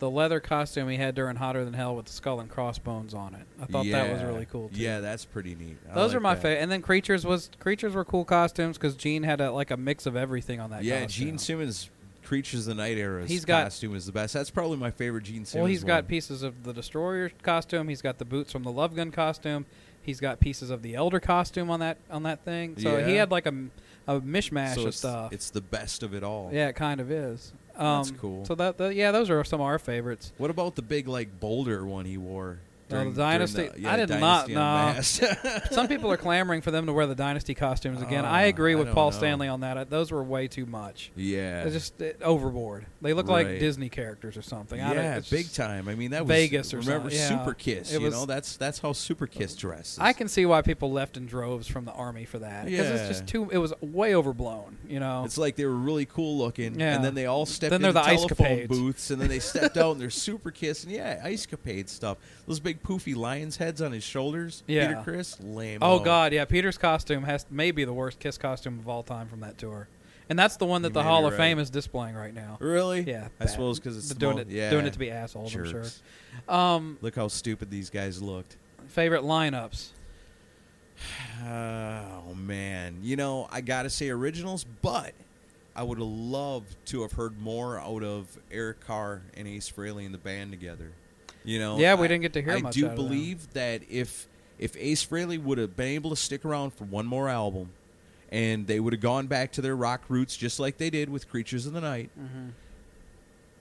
the leather costume he had during Hotter Than Hell with the skull and crossbones on it. I thought that was
Yeah.
really cool. Too.
Yeah, that's pretty neat. I
Those are
like
my
that.
favorite. And then creatures was creatures were cool costumes because Gene had a, like a mix of everything on that.
Yeah,
costume.
Gene Simmons. Creatures of the Night era
He's got-
costume is the best. That's probably my favorite Gene Simmons.
Well, he's
one.
got pieces of the destroyer costume. He's got the boots from the Love Gun costume. He's got pieces of the Elder costume on that on that thing. So he
Yeah.
had like a, m- a mishmash
so
of
it's,
stuff.
It's the best of it all.
yeah, it kind of is. Um,
That's cool.
So that, that yeah, those are some of our favorites.
What about the big like boulder one he wore?
Oh, the
during- during
Dynasty-
yeah,
I did not-
Dynasty Unmasked?
some people are clamoring for them to wear the dynasty costumes again. I
Ah,
agree
I
with
don't
Paul
know.
Stanley on that. I, those were way too much.
yeah.
They're just uh, overboard. They look like
Right.
Disney characters or something. I don't,
yeah,
it's
big
just-
time. I mean, that was
Vegas or
remember
something, yeah.
Super Kiss.
It
you
was-
know, that's that's how Super Kiss dresses.
I can see why people left in droves from the army for that because it's
Yeah.
just too. It was way overblown. You know,
It's like they were really cool looking,
Yeah.
and then they all stepped
Then
into
they're the Ice
telephone
Capades.
booths, and then they stepped out and they're Super Kiss, and yeah, Ice Capade stuff. Those big poofy lion's heads on his shoulders. Peter
Yeah.
Chris, lame.
Oh God, yeah. Peter's costume has maybe the worst Kiss costume of all time from that tour, and that's the one that
You
the
may
Hall
be
of
right.
Fame is displaying right now.
Really?
Yeah,
I
bad.
suppose because it's
They're
the
doing
mo-
it,
yeah.
doing it to be assholes.
Jerks.
I'm sure. Um,
Look how stupid these guys looked.
favorite lineups.
Oh man, you know I gotta say originals, but I would have loved to have heard more out of Eric Carr and Ace Frehley and the band together. You know,
Yeah, we
I-
didn't get to hear
I
much
do
out of them.
believe that if if Ace Frehley would have been able to stick around for one more album, and they would have gone back to their rock roots just like they did with Creatures of the Night,
Mm-hmm.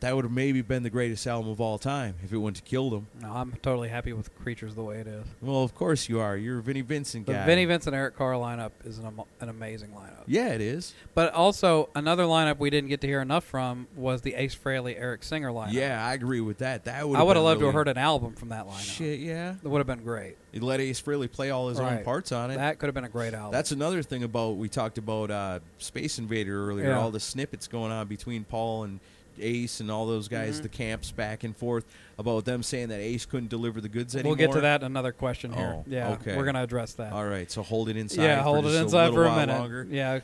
that would have maybe been the greatest album of all time if it went to Kill Them.
No, I'm totally happy with Creatures the way it is.
Well, of course you are. You're a Vinnie Vincent
The
guy.
Vinnie Vince and Eric Carr lineup is an, am- an amazing lineup.
Yeah, it is.
But also another lineup we didn't get to hear enough from was the Ace Frehley Eric Singer lineup.
Yeah, I agree with that. That would
I would have
been
loved to
really-
have heard an album from that lineup.
Shit, yeah.
It would have been great.
He let Ace Frehley play all his own
Right.
parts on it.
That could have been a great album.
That's another thing about we talked about uh, Space Invader earlier.
Yeah.
All the snippets going on between Paul and Ace and all those guys,
Mm-hmm.
the camps back and forth about them saying that Ace couldn't deliver the goods anymore.
We'll get to that in another question here.
Oh,
yeah,
okay.
we're gonna address that.
All right, so hold it inside.
yeah,
for
hold it
just
inside
a
for
little
a
while
minute.
Longer.
Yeah,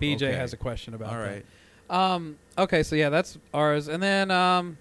BJ
Okay.
has a question about
All
that.
right.
Um, okay, so yeah, that's ours, and then um,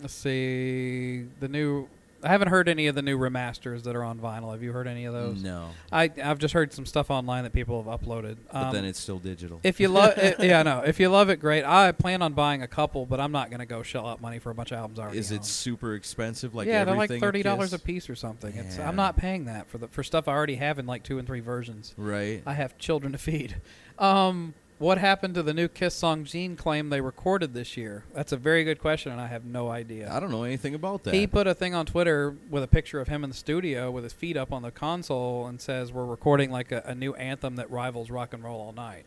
let's see the new. I haven't heard any of the new remasters that are on vinyl. Have you heard any of those?
No,
I I've just heard some stuff online that people have uploaded.
but
Um,
then it's still digital.
if you love, yeah, no. If you love it, great. I plan on buying a couple, but I'm not gonna go shell out money for a bunch of albums. I already
Is
own.
it super expensive? Like
yeah, they're
everything
like
at
thirty dollars
Kiss?
a piece or something. It's
Yeah.
I'm not paying that for the for stuff I already have in like two and three versions.
Right.
I have children to feed. Um, what happened to the new Kiss song Gene claimed they recorded this year? That's a very good question, and I have no idea.
I don't know anything about that.
He put a thing on Twitter with a picture of him in the studio with his feet up on the console and says, We're recording like a, a new anthem that rivals rock and roll all night.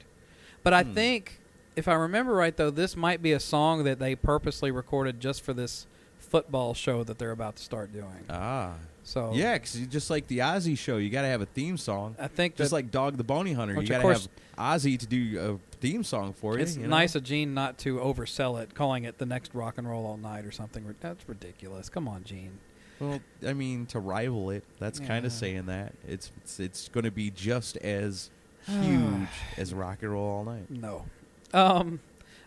But
Hmm.
I think, if I remember right, though, this might be a song that they purposely recorded just for this football show that they're about to start doing.
ah.
So
Yeah, because just like the Ozzy show, you got to have a theme song.
Oh. I think
just
that-
like Dog the Bounty Hunter, you
Which,
got
of
to have Ozzy to do a theme song for you.
It's
you know?
nice of Gene not to oversell it, calling it the next rock and roll all night or something. Ri- That's ridiculous. Come on, Gene.
Well, I mean, to rival it, that's kind
Yeah.
of saying that it's it's, it's going to be just as huge as Rock and Roll All Night.
No. Um,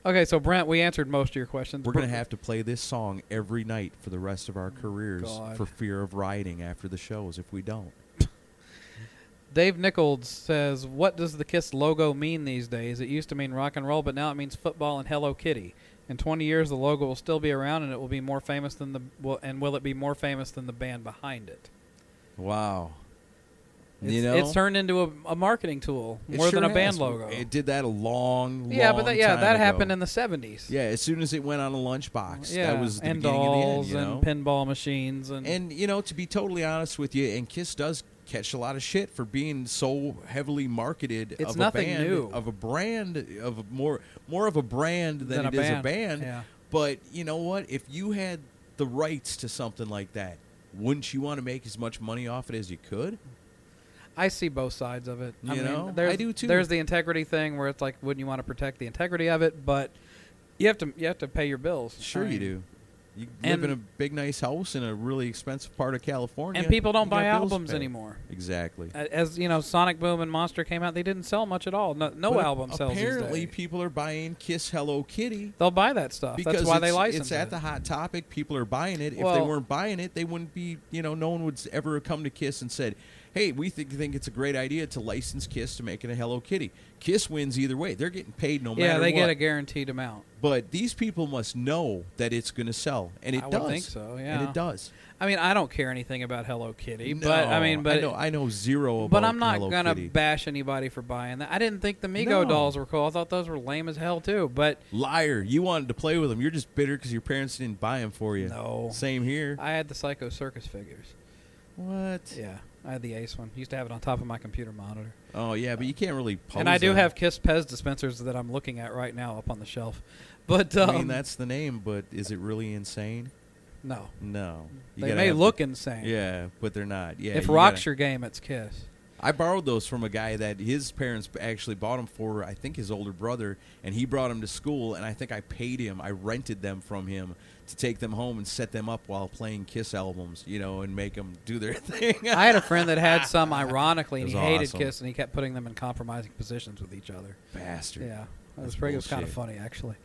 okay, so Brent, we answered most of your questions.
We're going to
Br-
have to play this song every night for the rest of our careers
God.
for fear of rioting after the shows if we don't.
Dave Nichols says, "What does the Kiss logo mean these days? It used to mean rock and roll, but now it means football and Hello Kitty. In 20 years, the logo will still be around, and it will be more famous than the will, and will it be more famous than the band behind it?
Wow.
It's,
you know,
it's turned into a, a marketing tool
It
more than
sure
a band
has.
logo.
It did that a long,
yeah, but
long
that, yeah,
time
that
ago.
happened in the 70s.
Yeah, as soon as it went on a lunchbox,
Yeah,
that was the
and
beginning
dolls
of the end. You know?
and pinball machines and,
and you know, to be totally honest with you, and Kiss does catch a lot of shit for being so heavily marketed
It's
of
nothing
a band
new.
of a brand of a more more of a brand than,
Than a
it is
band,
a band.
yeah.
But you know what? If you had the rights to something like that, wouldn't you want to make as much money off it as you could?
I see both sides of it. I
You
mean,
know?
there's,
I do too.
There's the integrity thing where it's like, wouldn't you want to protect the integrity of it? But you have to you have to pay your bills.
Sure,
I
you
mean,
do. You live in
And-
a big, nice house in a really expensive part of California,
And people don't
you
buy
got bills to
albums
pay.
anymore.
Exactly.
A- As you know, Sonic Boom and Monster came out. They didn't sell much at all. No, no
But
album sells. these
Apparently,
days.
people are buying Kiss Hello Kitty
they'll buy that stuff.
because
That's why they
it's-
license
It's at
it.
the hot topic. People are buying it. if
Well-
they weren't buying it, they wouldn't be. You know, no one would s- ever come to Kiss and said, "Hey, we think think it's a great idea to license Kiss to make it a Hello Kitty." Kiss wins either way. They're getting paid no
yeah,
matter
they
what.
get a guaranteed amount.
but these people must know that it's going to sell, and it
I would
does.
think so,
and
yeah.
it does.
I mean, I don't care anything about Hello Kitty, but I
No,
mean, but
I know, I know zero. About
but I'm not
Hello
gonna
Kitty.
bash anybody for buying that. I didn't think the Mego
No.
dolls were cool. I thought those were lame as hell too. But
Liar! You wanted to play with them. You're just bitter because your parents didn't buy them for you.
No.
Same here.
I had the Psycho Circus figures.
what?
Yeah, I had the Ace one. Used to have it on top of my computer monitor.
Oh yeah, but you can't really. Pose
and I do
them.
have Kiss Pez dispensers that I'm looking at right now up on the shelf. But um,
I mean, that's the name, but is it really insane?
no,
No. You
they
gotta
may
have
look
the-
insane.
Yeah, but they're not. Yeah.
if
you
rock's
gotta-
your game, it's Kiss.
I borrowed those from a guy that his parents actually bought them for, I think his older brother, and he brought them to school, and I think I paid him, I rented them from him to take them home and set them up while playing Kiss albums, you know, and make them do their thing.
I had a friend that had some ironically, and
It
he
was
hated
awesome.
Kiss, and he kept putting them in compromising positions with each other.
Bastard.
Yeah, that was
That's
pretty. It was kind of
bullshit.
funny actually.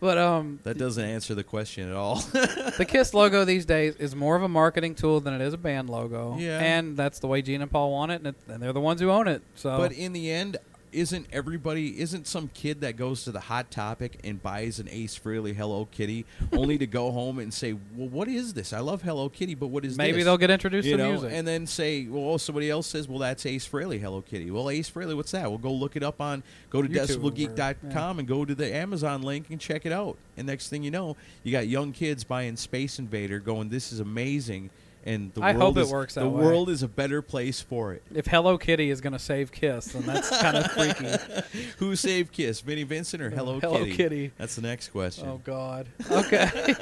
But um,
That doesn't answer the question at all.
the Kiss logo these days is more of a marketing tool than it is a band logo.
Yeah.
and that's the way Gene and Paul want it, and, it, and they're the ones who own it. So
But in the end, isn't everybody isn't some kid that goes to the hot topic and buys an Ace Frehley Hello Kitty only to go home and say, "Well, what is this? I love Hello Kitty, but what is
maybe
this?"
they'll get introduced
you
to
know,
music.
and then say, "Well, oh, somebody else says, well, that's Ace Frehley Hello Kitty." Well, Ace Frehley, what's that? Well, go look it up on go to
YouTube or-
decibelgeek.com com and go to the Amazon link and check it out. And next thing you know, you got young kids buying Space Invader, going, "This is amazing." And the
I
world
hope it
is,
works that
the
way.
world is a better place for it.
if Hello Kitty is going to save Kiss, then that's kind of freaky.
Who saved Kiss, Vinnie Vincent or Hello,
Hello
Kitty?
Kitty.
That's the next question.
Oh God. Okay.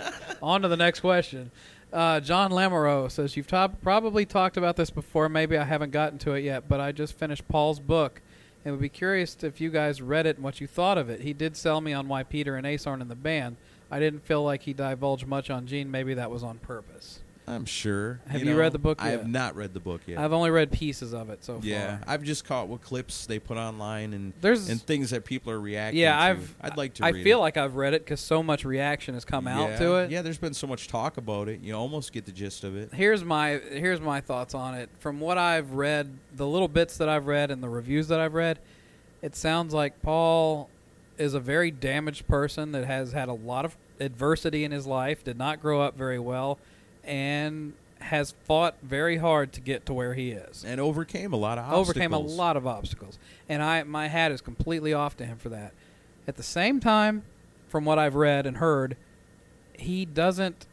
On to the next question. Uh, John Lamoureux says you've top- probably talked about this before. Maybe I haven't gotten to it yet, but I just finished Paul's book, and would be curious if you guys read it and what you thought of it. He did sell me on why Peter and Ace aren't in the band. I didn't feel like he divulged much on Gene. Maybe that was on purpose.
I'm sure.
Have you read the book
I
yet?
have not read the book yet.
I've only read pieces of it so
yeah,
far.
I've just caught what clips they put online and
There's-
and things that people are reacting.
Yeah,
to.
I've.
I'd like to.
I
read
feel
it.
like I've read it because so much reaction has come
Yeah.
out to it.
Yeah, there's been so much talk about it. You almost get the gist of it.
here's my here's my thoughts on it. From what I've read, the little bits that I've read and the reviews that I've read, it sounds like Paul is a very damaged person that has had a lot of adversity in his life, did not grow up very well, and has fought very hard to get to where he is
And overcame a lot of
overcame a
obstacles.
lot of obstacles and i my hat is completely off to him for that at the same time from what i've read and heard he doesn't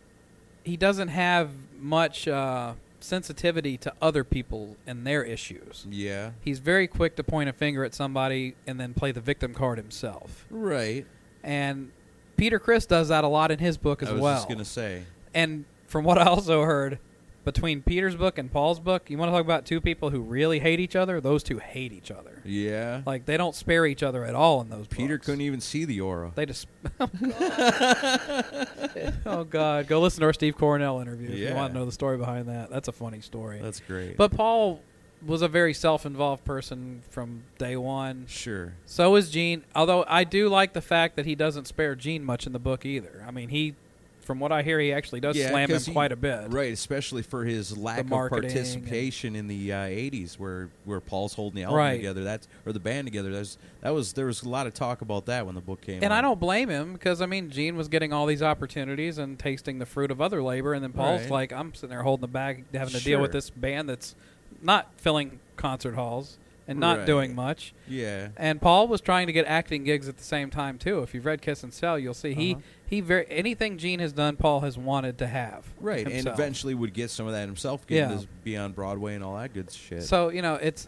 he doesn't have much uh, sensitivity to other people and their issues
Yeah.
he's very quick to point a finger at somebody and then play the victim card himself
Right.
and peter chris does that a lot in his book as
I was
well
just gonna say.
and from what I also heard, between Peter's book and Paul's book, you want to talk about two people who really hate each other? Those two hate each other.
Yeah.
Like they don't spare each other at all in those.
Peter
books.
couldn't even see the aura.
They just. Oh God. oh God! Go listen to our Steve Cornell interview if you
Yeah.
want to know the story behind that. That's a funny story.
That's great.
but Paul was a very self-involved person from day one.
sure.
So is Gene. Although I do like the fact that he doesn't spare Gene much in the book either. I mean, he, from what I hear, he actually does slam him
'cause he-
quite a bit.
Right, especially for his lack of
marketing and-
participation in the uh, '80s, where where Paul's holding the album
Right.
together, that's or the band together. That's that was there was a lot of talk about that when the book came.
And I
out.
don't blame him because I mean, Gene was getting all these opportunities and tasting the fruit of other labor, and then Paul's
Right.
like, I'm sitting there holding the bag, having to deal with
Sure.
this band that's not filling concert halls and not
Right.
doing much.
Yeah.
And Paul was trying to get acting gigs at the same time too. If you've read Kiss and Sell, you'll see
Uh-huh.
he he very anything Gene has done, Paul has wanted to have
Right, and
himself.
eventually would get some of that himself, getting
Yeah.
to be on Broadway and all that good shit.
So you know, it's.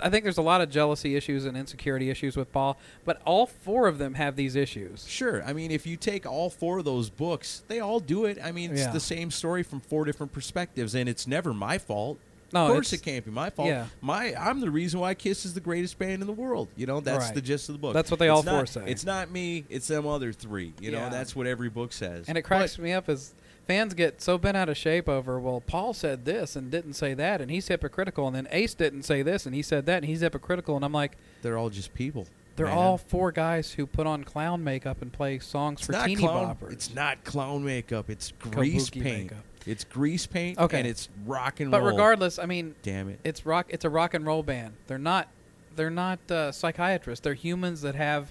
I think there's a lot of jealousy issues and insecurity issues with Paul, but all four of them have these issues.
Sure. I mean, if you take all four of those books, they all do it. I mean, it's
Yeah.
the same story from four different perspectives, and it's never my fault.
No,
of course
it's-
it can't be my fault.
yeah.
My, I'm the reason why Kiss is the greatest band in the world. You know, that's
Right.
the gist of the book.
That's what they
It's
all
not-
four say.
It's not me. It's them other three. You
Yeah.
know, that's what every book says.
And it cracks me up as fans get so bent out of shape over, well, Paul said this and didn't say that, and he's hypocritical, and then Ace didn't say this and he said that, and he's hypocritical, and I'm like,
But they're all just people.
they're
man.
all four guys who put on clown makeup and play songs
It's
for
not
teeny
clown.
boppers.
It's not clown makeup. It's grease
Kabuki
paint.
makeup.
It's grease paint.
Okay.
And it's rock and
but
roll.
regardless, I mean,
damn it.
it's rock. It's a rock and roll band. They're not. They're not uh, psychiatrists. They're humans that have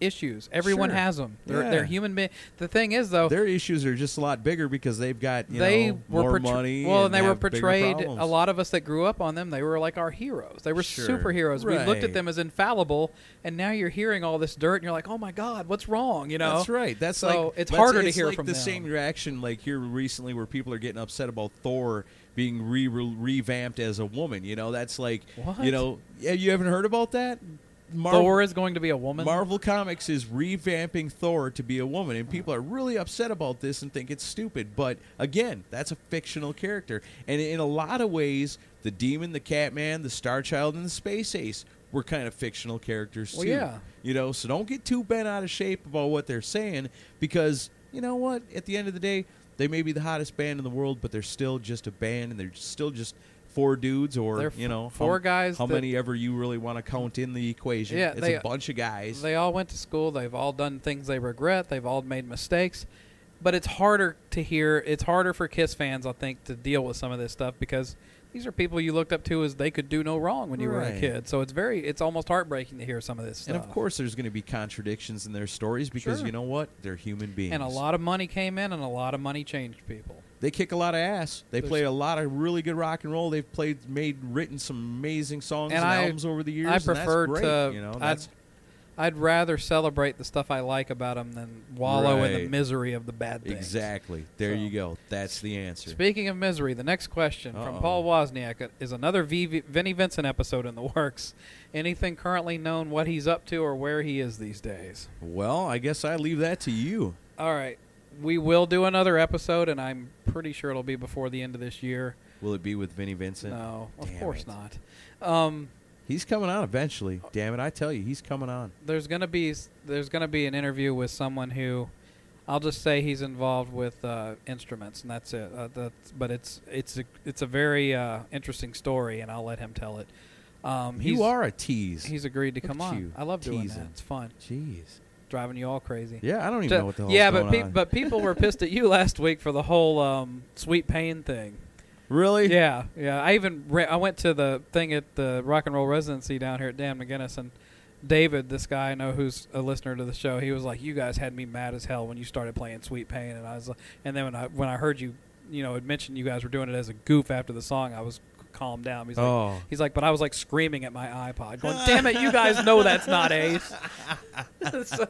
issues. Everyone
Sure.
has them. They're,
Yeah.
they're human. Be- the thing is, though,
their issues are just a lot bigger because they've got you
Oh. they
know,
were
more
portray-
money.
well, and they were
have bigger
portrayed. A
problems.
lot of us that grew up on them, they were like our heroes. They were
Sure.
superheroes. We looked at
Right.
them as infallible, and now you're hearing all this dirt, and you're like, "Oh my God, what's wrong?" You know,
That's right. That's
so
like
it's
that's-
harder
it's
to hear
like
from
the
them.
same reaction like here recently where people are getting upset about Thor being re- re- revamped as a woman. You know, that's like
What?
you know, yeah, you haven't heard about that. Mar-
Thor is going to be a woman.
Marvel Comics is revamping Thor to be a woman, and people are really upset about this and think it's stupid. But again, that's a fictional character, and in a lot of ways, the Demon, the Catman, the Star Child, and the Space Ace were kind of fictional characters
Well,
too.
yeah.
You know, so don't get too bent out of shape about what they're saying because you know what? At the end of the day, they may be the hottest band in the world, but they're still just a band, and they're still just four dudes, or
They're f-
you know,
four
how,
guys
How
that-
many ever you really want to count in the equation?
Yeah,
it's
they-
a bunch of guys.
They all went to school. They've all done things they regret. They've all made mistakes. But it's harder to hear. It's harder for Kiss fans, I think, to deal with some of this stuff because these are people you looked up to as they could do no wrong when you were a
Right.
kid. So it's very, it's almost heartbreaking to hear some of this stuff.
And of course, there's going to be contradictions in their stories because
Sure.
you know what? They're human beings.
And a lot of money came in, and a lot of money changed people.
They kick a lot of ass. They
There's-
play a lot of really good rock and roll. They've played, made, written some amazing songs
And
and,
I-
albums over the years.
I
and that's
prefer
great,
to.
You know,
I'd,
that's
I'd rather celebrate the stuff I like about them than wallow in the
Right.
misery of the bad things.
exactly. There
So-
you go. That's the answer.
Speaking of misery, the next question from
Uh-oh.
Paul Wozniak is another v- Vinnie Vincent episode in the works. Anything currently known what he's up to or where he is these days?
well, I guess I leave that to you.
All right. We will do another episode, and I'm pretty sure it'll be before the end of this year.
Will it be with Vinnie Vincent?
No, of
Damn
course
it.
not. Um,
He's coming on eventually. Damn it! I tell you, he's coming on.
there's gonna be s- there's gonna be an interview with someone who, I'll just say he's involved with uh, instruments, and that's it. Uh, that's, but it's it's a, it's a very uh, interesting story, and I'll let him tell it. Um, he's-
You are a tease.
He's agreed to
Look
come
at
on.
you,
I love doing that.
teasing.
It's fun.
Jeez.
Driving you all crazy.
Yeah, I don't even
Ju-
know what the hell.
yeah,
going
but pe-
on.
but people were pissed at you last week for the whole um, sweet pain thing.
really,
Yeah, yeah. I even re- I went to the thing at the rock and roll residency down here at Dan McGinnis and David, this guy I know who's a listener to the show, he was like, "You guys had me mad as hell when you started playing Sweet Pain," and I was, like, and then when I when I heard you, you know, had mentioned you guys were doing it as a goof after the song, I was calmed down. He's like,
Oh.
he's like, but I was like screaming at my iPod, going, "Damn it, you guys know that's not Ace." so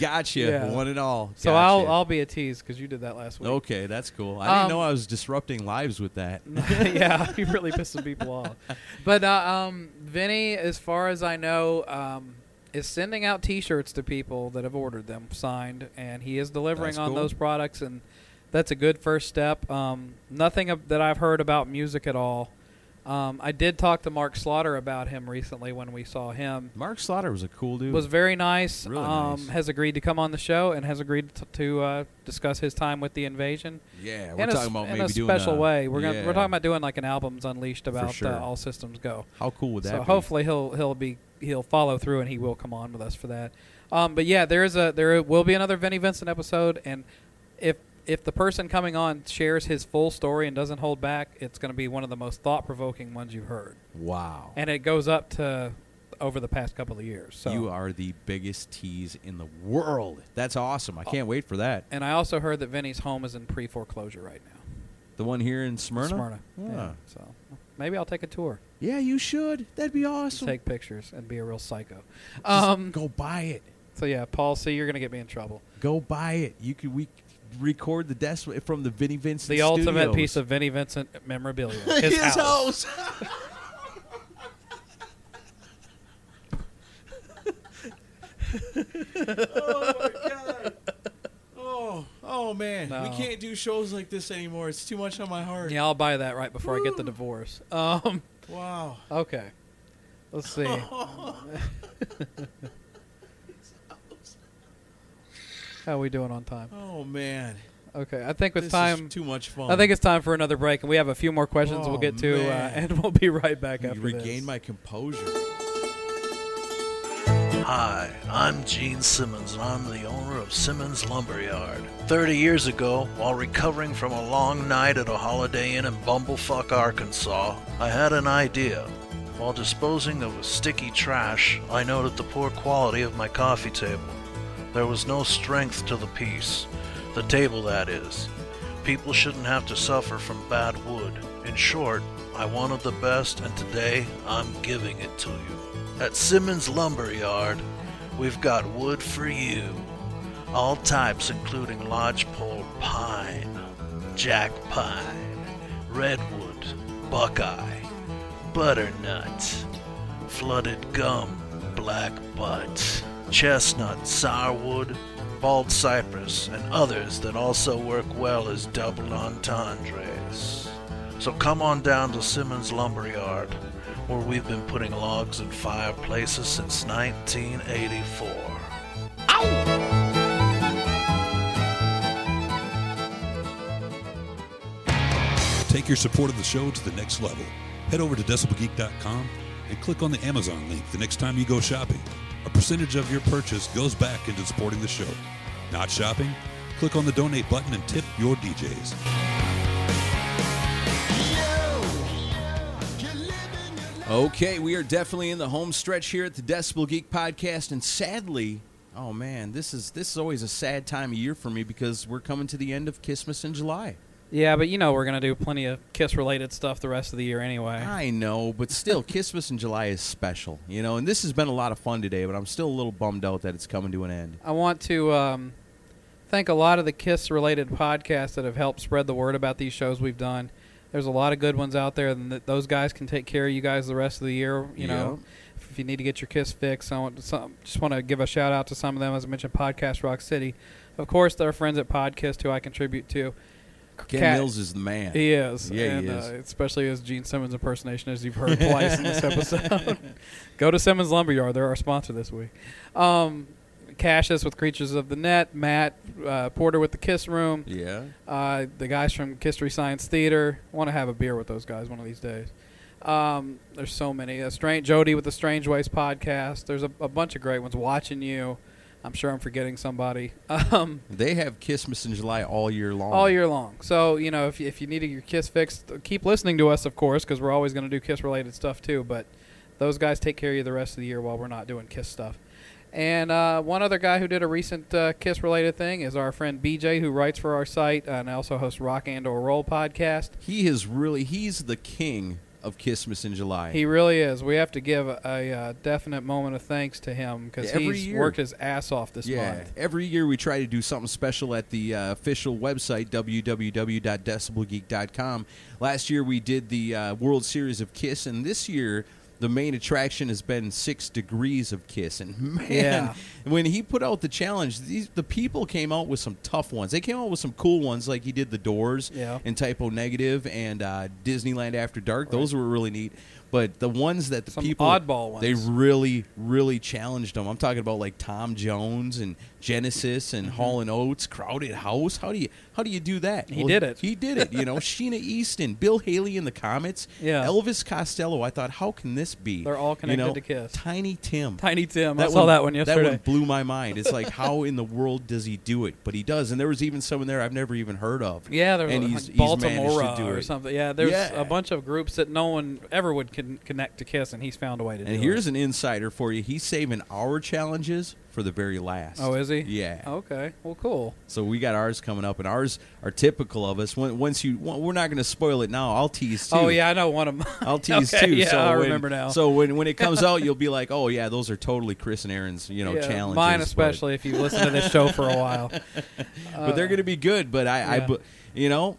Gotcha.
Yeah.
One and all.
so I'll
Gotcha.
I'll be a tease because you did that last week.
Okay, that's cool. I
Um,
didn't know I was disrupting lives with that.
yeah, you really pissed some people off. But uh, um, Vinny, as far as I know, um, is sending out T-shirts to people that have ordered them signed, and he is delivering
That's
on
cool.
those products, and that's a good first step. Um, nothing of, that I've heard about music at all. Um, I did talk to Mark Slaughter about him recently when we saw him.
Mark Slaughter was a cool dude.
Was very nice.
Really
um,
nice.
Has agreed to come on the show and has agreed to, to uh, discuss his time with the invasion
yeah,
in
we're
a,
talking
s-
about
in
maybe
a
doing
special
a-
way. We're gonna,
yeah.
we're talking about doing like an albums unleashed about
sure.
uh, all systems go.
how cool would that
So
be?
hopefully he'll he'll be he'll follow through and he will come on with us for that. Um, but yeah, there is a there will be another Vinnie Vincent episode, and if if the person coming on shares his full story and doesn't hold back, it's going to be one of the most thought provoking ones you've heard,
Wow.
and it goes up to over the past couple of years. So
You are the biggest tease in the world. That's awesome.
Oh.
I can't wait for that.
And I also heard that Vinnie's home is in pre foreclosure right now.
The one here in Smyrna?
Smyrna.
Yeah.
So Maybe I'll take a tour,
Yeah, you should. That'd be awesome.
take pictures, and be a real psycho.
Just
Um,
go buy it.
so yeah, Paul, see, you're gonna get me in trouble.
Go buy it. You could we could record the desk from the Vinnie Vincent.
The ultimate
Studios.
piece of Vinnie Vincent memorabilia.
his,
His, house.
house. oh my god. Oh, oh man.
No.
We can't do shows like this anymore. It's too much on my heart.
Yeah, I'll buy that right before I get the divorce. Um,
Wow.
okay. Let's see. How are we doing on time?
Oh man.
Okay, I think it's
This is
time.
too much fun.
I think it's time for another break, and we have a few more questions
Oh,
we'll get to, uh,
man.
and we'll be right back
I
after
regained
this.
my composure.
Hi, I'm Gene Simmons, and I'm the owner of Simmons Lumberyard. 30 years ago, while recovering from a long night at a Holiday Inn in Bumblefuck, Arkansas, I had an idea. While disposing of sticky trash, I noted the poor quality of my coffee table. There was no strength to the piece. The table, that is. People shouldn't have to suffer from bad wood. In short, I wanted the best, and today I'm giving it to you. At Simmons Lumber Yard, we've got wood for you. All types, including lodgepole pine, jack pine, redwood, buckeye, butternut, flooded gum, black butt, chestnut, sourwood, bald cypress, and others that also work well as double entendres. So come on down to Simmons Lumberyard, where we've been putting logs in fireplaces since 1984.
Take your support of the show to the next level. Head over to decibelgeek.com and click on the Amazon link the next time you go shopping. A percentage of your purchase goes back into supporting the show. Not shopping? Click on the donate button and tip your DJs.
Okay, we are definitely in the home stretch here at the Decibel Geek podcast, and sadly, oh man, this is this is always a sad time of year for me because we're coming to the end of Christmas in July.
Yeah, but you know we're gonna do plenty of Kiss-related stuff the rest of the year anyway.
I know, but still, Christmas in July is special, you know. And this has been a lot of fun today, but I'm still a little bummed out that it's coming to an end.
I want to um, thank a lot of the Kiss related podcasts that have helped spread the word about these shows we've done. There's a lot of good ones out there, and th- those guys can take care of you guys the rest of the year. You know, if you need to get your Kiss fix, I want to some, just want to give a shout out to some of them. As I mentioned, Podcast Rock City, of course, there are friends at Podcast who I contribute to.
Ken
Cat-
Mills is the man.
He is.
Yeah,
and,
he is.
Uh, especially as Gene Simmons impersonation, as you've heard twice in this episode. Go to Simmons Lumberyard. They're our sponsor this week. Um, Cassius with Creatures of the Net. Matt uh, Porter with the Kiss Room.
yeah.
Uh, the guys from History Science Theater. Want to have a beer with those guys one of these days. Um, there's so many. Uh, Strange Jody with the Strange Ways podcast. There's a, a bunch of great ones. Watching you. I'm sure I'm forgetting somebody. Um,
They have Christmas in July all year long.
all year long. So you know, if you, if you need your Kiss fixed, uh, keep listening to us, of course, because we're always going to do Kiss related stuff too. But those guys take care of you the rest of the year while we're not doing Kiss stuff. And uh, one other guy who did a recent uh, Kiss related thing is our friend BJ, who writes for our site uh, and also hosts Rock and or Roll podcast.
He is really he's the king of Christmas in July.
He really is. We have to give a, a uh, definite moment of thanks to him because
Yeah, every
he's
year.
worked his ass off this
yeah,
month.
every year we try to do something special at the uh, official website www.decibelgeek.com. Last year we did the uh, World Series of Kiss, and this year the main attraction has been Six Degrees of Kiss. And man,
Yeah.
when he put out the challenge, these, the people came out with some tough ones. They came out with some cool ones, like he did the Doors
Yeah.
and Typo Negative and uh, Disneyland After Dark. Those were really neat. But the ones that the
Some
people
oddball ones.
they really, really challenged them. I'm talking about like Tom Jones and Genesis
Mm-hmm.
and Hall and Oates, Crowded House. How do you how do you do that?
He did it.
He did it. You know, Sheena Easton, Bill Haley in the Comets,
Yeah.
Elvis Costello. I thought, how can this be?
They're all connected
you know,
to Kiss.
Tiny Tim.
Tiny Tim, I saw that one yesterday.
That one blew my mind. It's like, how in the world does he do it? But he does. And there was even someone there I've never even heard of.
Yeah, there was
and
like
he's, he's managed
Baltimore
to do
or
it.
something. Yeah, there's
Yeah.
a bunch of groups that no one ever would can connect to Kiss, and he's found a way to do
And
it.
here's an insider for you. He's saving our challenges for the very last.
Oh, is he?
Yeah.
Okay. Well, cool.
So we got ours coming up, and ours are typical of us. When- Once you, we're not going to spoil it now. I'll tease too.
Oh yeah, I know one of them.
I'll tease
okay,
too.
Yeah,
so
I
when,
remember now.
So when, when it comes out, you'll be like, oh yeah, those are totally Chris and Aaron's, you know,
Yeah,
challenges.
Mine
but-
especially if you listen to this show for a while. Uh,
but, they're going to be good. But I, I
yeah.
bu- you know,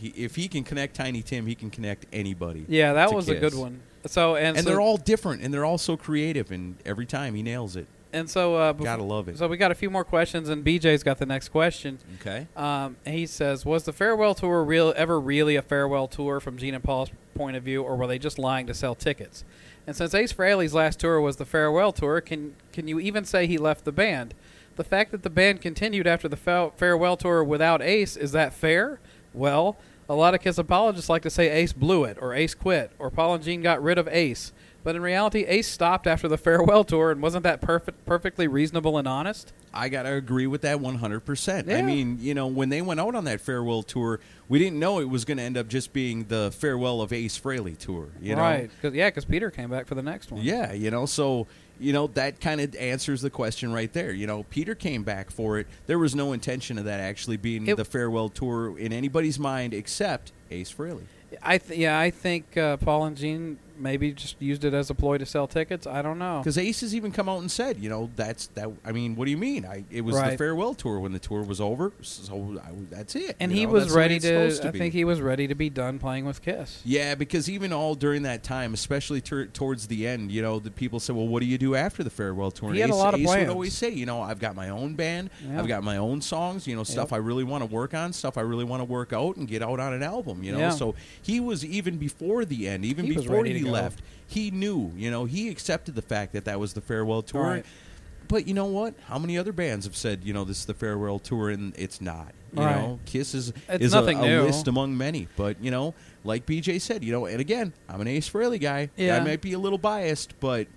he, if he can connect Tiny Tim, he can connect anybody.
Yeah, that
to
was a
Kiss.
good one. So and,
And
so,
they're all different, and they're all so creative, and every time he nails it.
and so uh, bef-
Gotta love it.
So we got a few more questions, and BJ's got the next question.
Okay.
Um, he says, "Was the farewell tour real ever really a farewell tour from Gene and Paul's point of view, or were they just lying to sell tickets?" And since Ace Frehley's last tour was the farewell tour, can can you even say he left the band? The fact that the band continued after the fa- farewell tour without Ace is that fair? Well, a lot of Kiss apologists like to say Ace blew it, or Ace quit, or Paul and Gene got rid of Ace. But in reality, Ace stopped after the farewell tour, and wasn't that perfect, perfectly reasonable and honest?
I gotta agree with that 100. percent I
Yeah.
mean, you know, when they went out on that farewell tour, we didn't know it was going to end up just being the farewell of Ace Frehley tour. You know,
right? Cause, yeah, because Peter came back for the next one.
Yeah, you know, so you know that kind of answers the question right there. You know, Peter came back for it. There was no intention of that actually being
It-
the farewell tour in anybody's mind except Ace Frehley.
I th- yeah, I think uh, Paul and Gene maybe just used it as a ploy to sell tickets. I don't know.
Because Ace has even come out and said, you know, that's that. I mean, what do you mean? I it was the
Right.
farewell tour when the tour was over, so I, that's it.
and
you
he
know,
was
that's the way
ready
it's supposed
to. I
be.
think he was ready to be done playing with Kiss.
Yeah, because even all during that time, especially tur towards the end, you know, the people said, "Well, what do you do after the farewell tour?" And
He had a
Ace,
lot of
Ace would
plans.
always say, "You know, I've got my own band,
Yeah.
I've got my own songs, you know, stuff I
Yep.
really want to work on, stuff I really want to work out, and get out on an album." You know,
Yeah.
so he was even before the end, even
He was
before
ready to
he
go.
left, he knew. You know, he accepted the fact that that was the farewell tour.
Right.
But you know what? How many other bands have said, you know, this is the farewell tour, and it's not. You
Right.
know, Kiss is
It's
is
nothing
a, a
new.
list among many. But you know, like BJ said, you know, and again, I'm an Ace Frehley guy. I
Yeah.
might be a little biased, but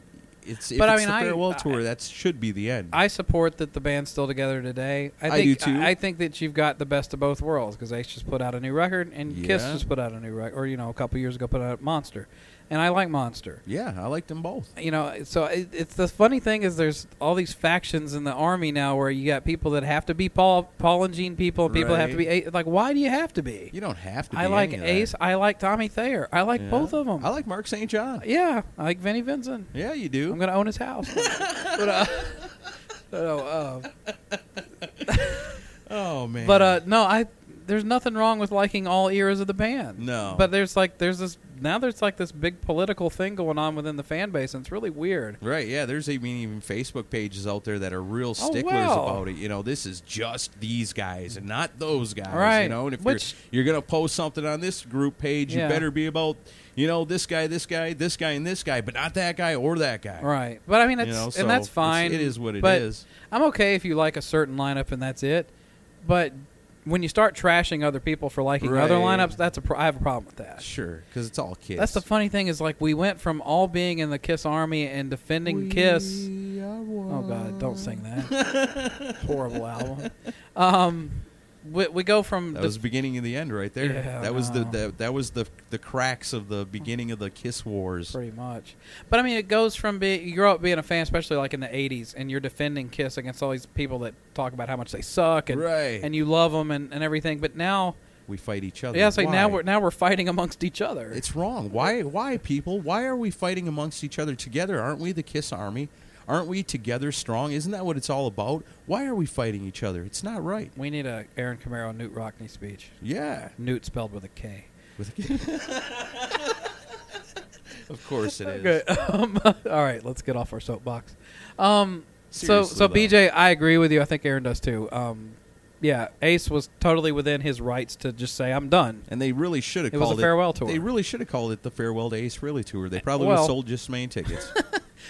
it's if
But I
it's
mean,
the
I-
farewell
I-
tour. That should be the end.
I support that the band's still together today. I,
I
think,
do, too.
I, think that you've got the best of both worlds because Ace just put out a new record and Kiss
Yeah.
just put out a new record, or you know, a couple years ago put out Monster, and I like Monster.
yeah, I liked them both.
you know so it, it's the funny thing is there's all these factions in the army now where you got people that have to be paul paul and gene people and people that have to be
Right.
a- like why do you have to be
You don't have to.
i
be
like
any of
ace
that.
i like tommy thayer i like
Yeah.
both of them
I like Mark St. John.
yeah i like vinnie vincent
Yeah, you do.
i'm gonna own his house but uh, but, uh,
oh man.
but uh no i there's nothing wrong with liking all eras of the band
No.
but there's like there's this now there's like this big political thing going on within the fan base and it's really weird
Right, yeah. There's I mean, even Facebook pages out there that are real sticklers
Oh, wow.
about it. You know, this is just these guys and not those guys. You
Right,
know, and if
which-
you're, you're gonna post something on this group page, you
Yeah.
better be about you know this guy, this guy, this guy, and this guy, but not that guy or that guy.
Right. But I mean,
You
it's,
know, so
and that's
it's-
fine.
it is what it
but
is.
I'm okay if you like a certain lineup and that's it. But when you start trashing other people for liking other
Right.
lineups, that's a pro- I have a problem with that.
Sure, because it's all kids.
That's the funny thing is like we went from all being in the Kiss army and defending Kiss. Oh God, don't sing that. Horrible album. Um, we, we go from
That
def-
was the beginning and the end right there.
Yeah,
that was the,
no.
the that was the the cracks of the beginning of the Kiss Wars.
Pretty much. But I mean, it goes from being you grow up being a fan, especially like in the '80s, and you're defending Kiss against all these people that talk about how much they suck and
Right.
and you love them and, and everything. But now,
We fight each other.
yeah, it's like now
Why?
we're now we're fighting amongst each other.
It's wrong. Why? Why, people? Why are we fighting amongst each other together? Aren't we the Kiss Army? Aren't we together strong? Isn't that what it's all about? Why are we fighting each other? It's not right.
we need a Aaron Camaro Newt Rockney speech.
Yeah.
Newt spelled with a K.
With- of course it is.
Okay. um, all right, let's get off our soapbox. Um, so
Seriously,
so
though.
BJ, I agree with you. I think Aaron does too. Um, yeah, Ace was totally within his rights to just say, "I'm done."
And they really should have
It was a
called
farewell tour.
They really should have called it the farewell to Ace Frehley tour. They probably would
well-
have sold just main tickets.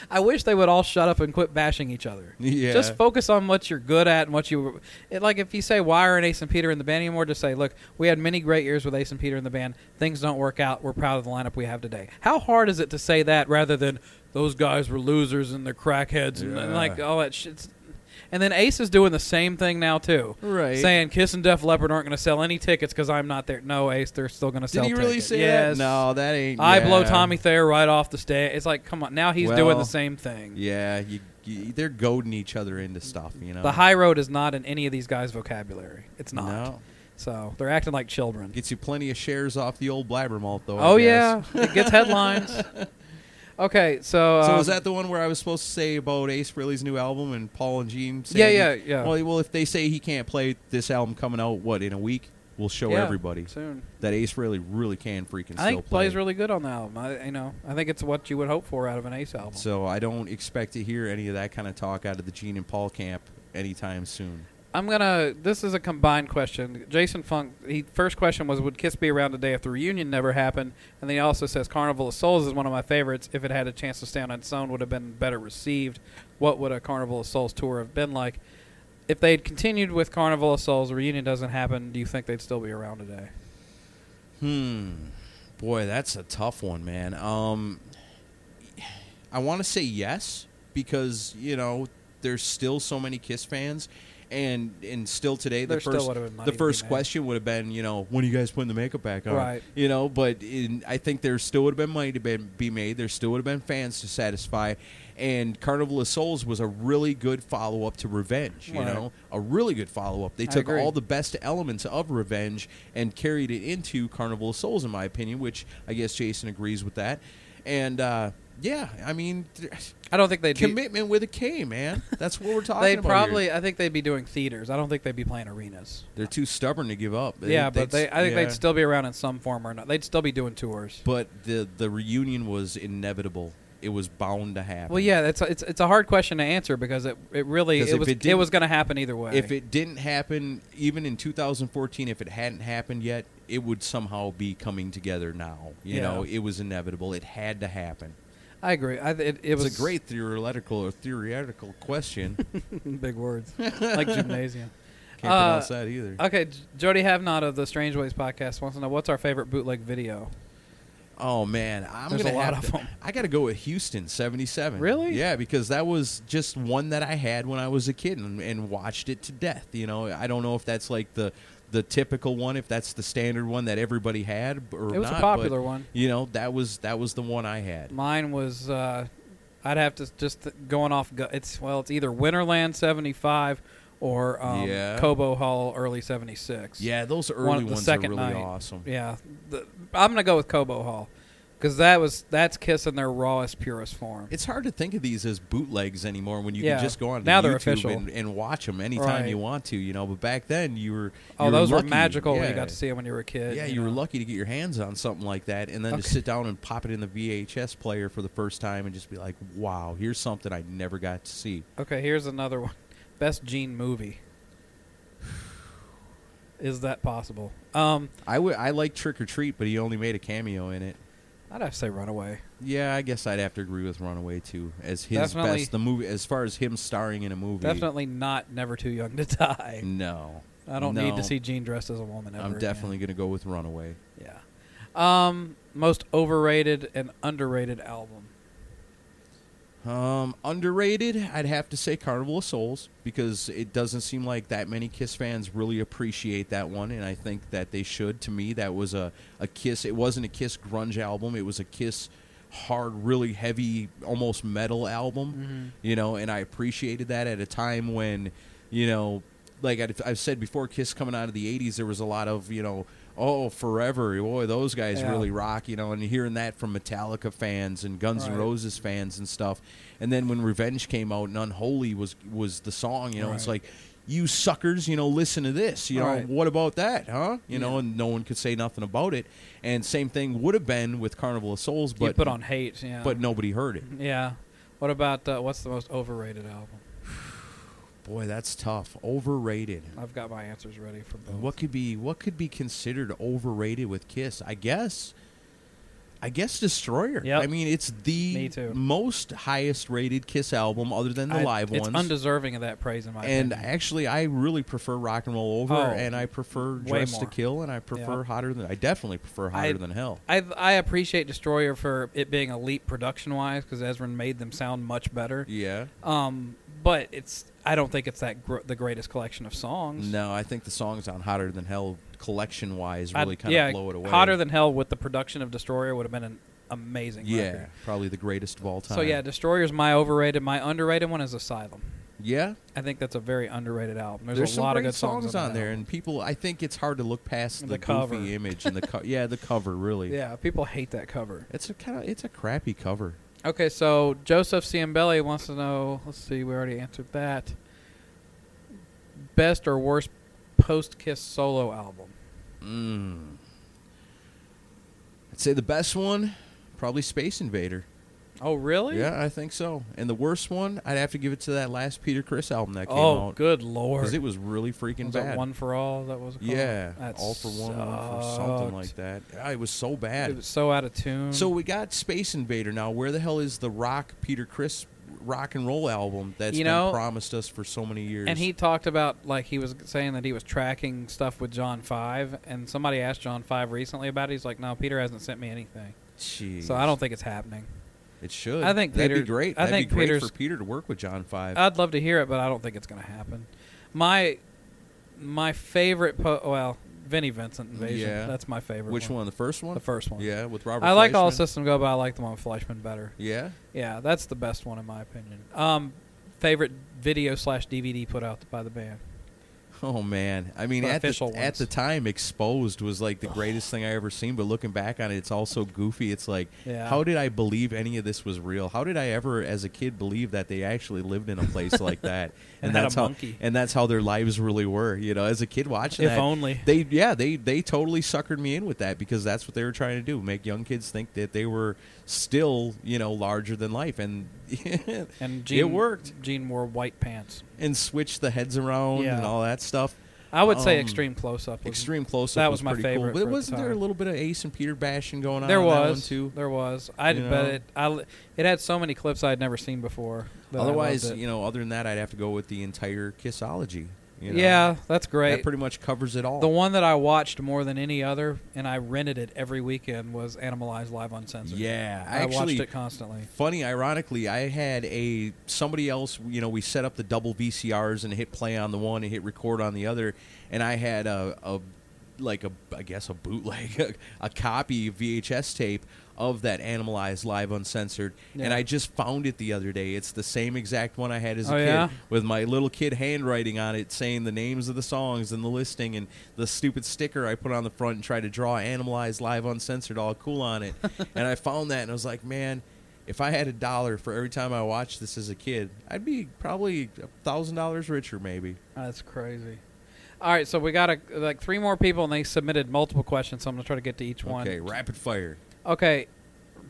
I wish they would all shut up and quit bashing each other.
Yeah.
Just focus on what you're good at and what you. It, like if you say why aren't Ace and Peter in the band anymore, just say, look, we had many great years with Ace and Peter in the band. Things don't work out. We're proud of the lineup we have today. How hard is it to say that rather than those guys were losers and they're crackheads and, and, like all that shit? It's- And then Ace is doing the same thing now too,
Right.
Saying Kiss and Def Leppard aren't going to sell any tickets because I'm not there. No, Ace, they're still going to
Did
sell.
he really
tickets.
say
yes.
that? No, that ain't.
I
yeah.
blow Tommy Thayer right off the stage. It's like, come on, now he's doing
Well,
the same thing.
Yeah, you, you, they're goading each other into stuff. You know,
The high road is not in any of these guys' vocabulary. It's not.
No.
So they're acting like children.
gets you plenty of shares off the old blabbermouth though. I
oh
guess.
yeah, it gets headlines. Okay, so
So
um,
is that the one where I was supposed to say about Ace Frehley's new album and Paul and Gene?
Yeah,
Saying,
yeah, yeah.
Well, well, if they say he can't play this album coming out, what in a week? We'll show
yeah,
everybody
soon?
that Ace Frehley really can freaking
I
still
think
play.
plays really good on the album. I, you know, I think it's what you would hope for out of an Ace album.
so I don't expect to hear any of that kind of talk out of the Gene and Paul camp anytime soon.
I'm gonna. This is a combined question. Jason Funk. He first question was, "Would Kiss be around today if the reunion never happened?" And then he also says, "Carnival of Souls is one of my favorites. If it had a chance to stand on its own, would have been better received. What would a Carnival of Souls tour have been like? If they had continued with Carnival of Souls, the reunion doesn't happen. Do you think they'd still be around today?
Hmm. Boy, that's a tough one, man. Um I want to say yes because, you know, there's still so many Kiss fans and and still today the
There still
first
would've been money
the
to be
first
made.
question would have been, you know, when are you guys putting the makeup back on?
Right.
You know, but in, I think there still would have been money to be, be made. There still would have been fans to satisfy and Carnival of Souls was a really good follow-up to Revenge, you
Right.
know. A really good follow-up. They
I
took
agree.
all the best elements of Revenge and carried it into Carnival of Souls, in my opinion, which I guess Jason agrees with that. And uh, yeah, I mean, th-
I don't think they'd be,
commitment with a K, man. That's what we're talking
They'd
about.
probably.
here.
I think they'd be doing theaters. I don't think they'd be playing arenas.
they're too stubborn to give up.
yeah, but they. I think
yeah.
they'd still be around in some form or not. They'd still be doing tours.
But the the reunion was inevitable. It was bound to happen.
Well, yeah, that's it's it's a hard question to answer because it it really
'Cause
it
if
was
it
it,
didn't-
was going to happen either way.
If it didn't happen, even in 2014, if it hadn't happened yet, it would somehow be coming together now. You
Yeah.
know, it was inevitable. It had to happen.
I agree. I, it, it
It was
was
a great theoretical or theoretical question. Can't
big words like gymnasium.
pronounce
Uh,
that either.
Okay, J- Jody Havnot of the Strange Ways podcast wants to know what's our favorite bootleg video.
oh man, I'm
There's
gonna
a lot
have
of
to-
'em.
I got to go with Houston '77.
Really?
Yeah, because that was just one that I had when I was a kid and, and watched it to death. You know, I don't know if that's like the the typical one, if that's the standard one that everybody had, b- or
It was a
not, but,
popular one.
You know, that was that was the one I had.
Mine was uh, I'd have to just going off. Gu- it's well, it's either Winterland '75 or um,
Yeah.
Cobo Hall early '76.
Yeah, those early
One- the
ones are
second
really
night.
awesome.
Yeah, the, I'm gonna go with Cobo Hall because that was that's Kiss in their rawest, purest form.
It's hard to think of these as bootlegs anymore when you
Yeah.
can just go on
Now
to
they're
YouTube
official.
and, and watch them anytime
Right.
you want to, you know. But back then, you were you
oh, those
lucky.
were magical when you
Yeah.
got to see them when you were a kid.
Yeah, you were
know.
lucky to get your hands on something like that, and then
Okay.
to sit down and pop it in the VHS player for the first time and just be like, "Wow, here's something I never got to see."
Okay, here's another one. Best Gene movie. Is that possible? Um,
I would I like Trick or Treat, but he only made a cameo in it.
I'd have to say Runaway.
Yeah, I guess I'd have to agree with Runaway too as his
Definitely-
best the movie as far as him starring in a movie.
Definitely not Never Too Young to Die.
No,
I don't
No.
need to see Gene dressed as a woman. Ever
I'm
again.
definitely gonna go with Runaway.
yeah. Um, most overrated and underrated album.
Um, underrated, I'd have to say Carnival of Souls because it doesn't seem like that many Kiss fans really appreciate that one, and I think that they should. To me, that was a, a Kiss. It wasn't a Kiss grunge album. It was a Kiss hard, really heavy, almost metal
Mm-hmm.
album. You know, and I appreciated that at a time when, you know, like I'd, I've said before, Kiss coming out of the '80s, there was a lot of you know. Oh, forever! Boy, those guys
Yeah.
really rock, you know. And hearing that from Metallica fans and Guns N'
Right.
Roses. Roses fans and stuff. And then when Revenge came out and Unholy was was the song, you know, it's
Right.
like you suckers, you know, listen to this. You know,
Right.
what about that, huh? You know,
Yeah.
and no one could say nothing about it. And same thing would have been with Carnival of Souls, but
you put on Hate. Yeah. Mm-hmm.
but nobody heard it.
Yeah. What about uh, what's the most overrated album?
Boy, that's tough. Overrated.
I've got my answers ready for both.
What could be what could be considered overrated with Kiss? I guess I guess Destroyer.
Yep.
I mean, it's
Me
the
too.
most highest rated Kiss album other than the
I-
live
it's
ones.
undeserving of that praise in my
and
opinion.
actually, I really prefer Rock and Roll Over,
Oh,
and I prefer
way
Dress to
more.
Kill, and I prefer
Yeah.
Hotter Than I definitely prefer Hotter
I-
Than Hell.
I I appreciate Destroyer for it being a leap production wise because Ezrin made them sound much better.
Yeah,
Um, but it's I don't think it's that gr- the greatest collection of songs.
No, I think the songs on Hotter Than Hell, collection wise,
I'd-
really kind
yeah,
of blow it away.
Hotter than hell with the production of Destroyer would have been an amazing.
Yeah,
record.
probably the greatest of all time.
So yeah, Destroyer's my overrated. My underrated one is Asylum.
yeah.
I think that's a very underrated album. There's, a
some
lot
great
of good songs,
on,
that
there,
album.
and people. I think it's hard to look past
And
the,
the cover.
goofy image and the co- yeah, the cover really.
yeah, people hate that cover.
it's a kind of it's a crappy cover.
Okay, so Joseph Ciambelli wants to know. Let's see, we already answered that. Best or worst post Kiss solo album?
Mm. I'd say the best one, probably Space Invader.
Oh, really?
Yeah, I think so. And the worst one, I'd have to give it to that last Peter Chris album that came
Oh,
out
good lord!
because it was really freaking
Was that
bad.
one for all. That was it called?
yeah,
That
all for one, one for something like
sucked.
that. Yeah, it was so
It
bad.
was so out of tune.
so we got Space Invader now. Where the hell is the Rock Peter Chris rock and roll album that's
You
been
know,
promised us for so many years?
And he talked about like he was saying that he was tracking stuff with John Five, and somebody asked John Five recently about it. He's like, "No, Peter hasn't sent me anything,
Jeez.
so I don't think it's happening."
it should.
I think
that'd
Peter-
be great.
I
that'd
think
be great
Peter's-
for Peter to work with John Five.
I'd love to hear it, but I don't think it's going to happen. My my favorite, po- well, Vinnie Vincent Invasion.
Yeah.
That's my favorite.
Which one? The first one?
The first one.
Yeah, with Robert.
I like all
Fleischman.
System Go, but I like the one with Fleischman better.
Yeah.
Yeah, that's the best one in my opinion. Um, favorite video slash DVD put out by the band.
Oh man, I mean,
The
at the,
official
at
ones.
the time, Exposed was like the greatest thing I ever seen. But looking back on it, it's all so goofy. It's like,
Yeah.
how did I believe any of this was real? How did I ever, as a kid, believe that they actually lived in a place like that?
And had a
that's how,
monkey.
and that's how their lives really were. You know, as a kid watching,
If
that,
only.
they, yeah, they they totally suckered me in with that because that's what they were trying to do: make young kids think that they were still, you know, larger than life, and
And Gene,
it worked,
Gene wore white pants.
and switched the heads around
Yeah.
and all that stuff.
I would say
Um,
extreme close up.
Extreme close
That
up
was my
pretty
favorite
Cool.
for
But
the
wasn't there a
time.
little bit of Ace and Peter bashing going on?
There
on that one
was
too.
There was. I
You
bet
know?
it. I l- it had so many clips I'd never seen before. that I
Otherwise,
loved it.
you know, other than that, I'd have to go with the entire Kissology. You know?
yeah, that's great.
that pretty much covers it all.
the one that I watched more than any other, and I rented it every weekend, was Animalized Live Uncensored.
yeah,
I
actually,
watched it constantly.
funny ironically i had a somebody else you know we set up the double vcrs and hit play on the one and hit record on the other and i had a, a like a i guess a bootleg a, copy vhs tape of that animalized live uncensored and
Yeah.
i just found it the other day it's the same exact one i had as a
Oh,
kid
yeah?
with my little kid handwriting on it saying the names of the songs and the listing and the stupid sticker I put on the front and tried to draw Animalized Live Uncensored all cool on it. and I found that and I was like, man, if I had a dollar for every time I watched this as a kid, I'd be probably a thousand dollars richer, maybe.
That's crazy. All right, so we got a, like three more people, and they submitted multiple questions, so I'm gonna try to get to each one.
Okay, rapid fire.
Okay.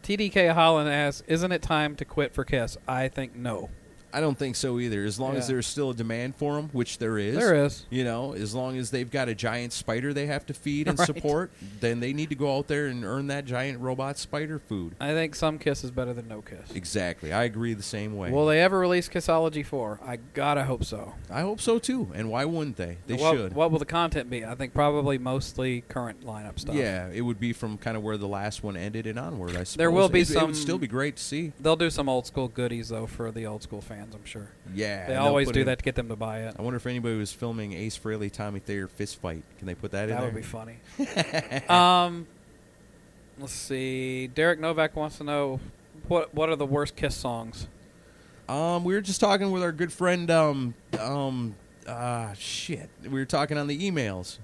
TDK Holland asks, "Isn't it time to quit for Kiss?" I think no.
I don't think so either. As long as
Yeah.
there's still a demand for them, which there is,
There is.
You know, as long as they've got a giant spider they have to feed and
Right.
support, then they need to go out there and earn that giant robot spider food.
I think some Kiss is better than no Kiss.
Exactly. I agree the same way.
Will they ever release Kissology 4? I gotta hope so.
I hope so too. And why wouldn't they? They
what,
should.
What will the content be? I think probably mostly current lineup stuff.
Yeah, it would be from kind of where the last one ended and onward. I suppose
There will be
it, It
some-
would still be great to see.
They'll do some old school goodies, though, for the old school fans, I'm sure.
Yeah,
they
and they'll
always
put
do
in-
that to get them to buy it.
I wonder if anybody was filming Ace Frehley Tommy Thayer fist fight. Can they put that, in
That
there?
would be funny. um, let's see. Derek Novak wants to know what what are the worst Kiss songs?
Um, we were just talking with our good friend. Um, um, ah, shit. We were talking on the emails.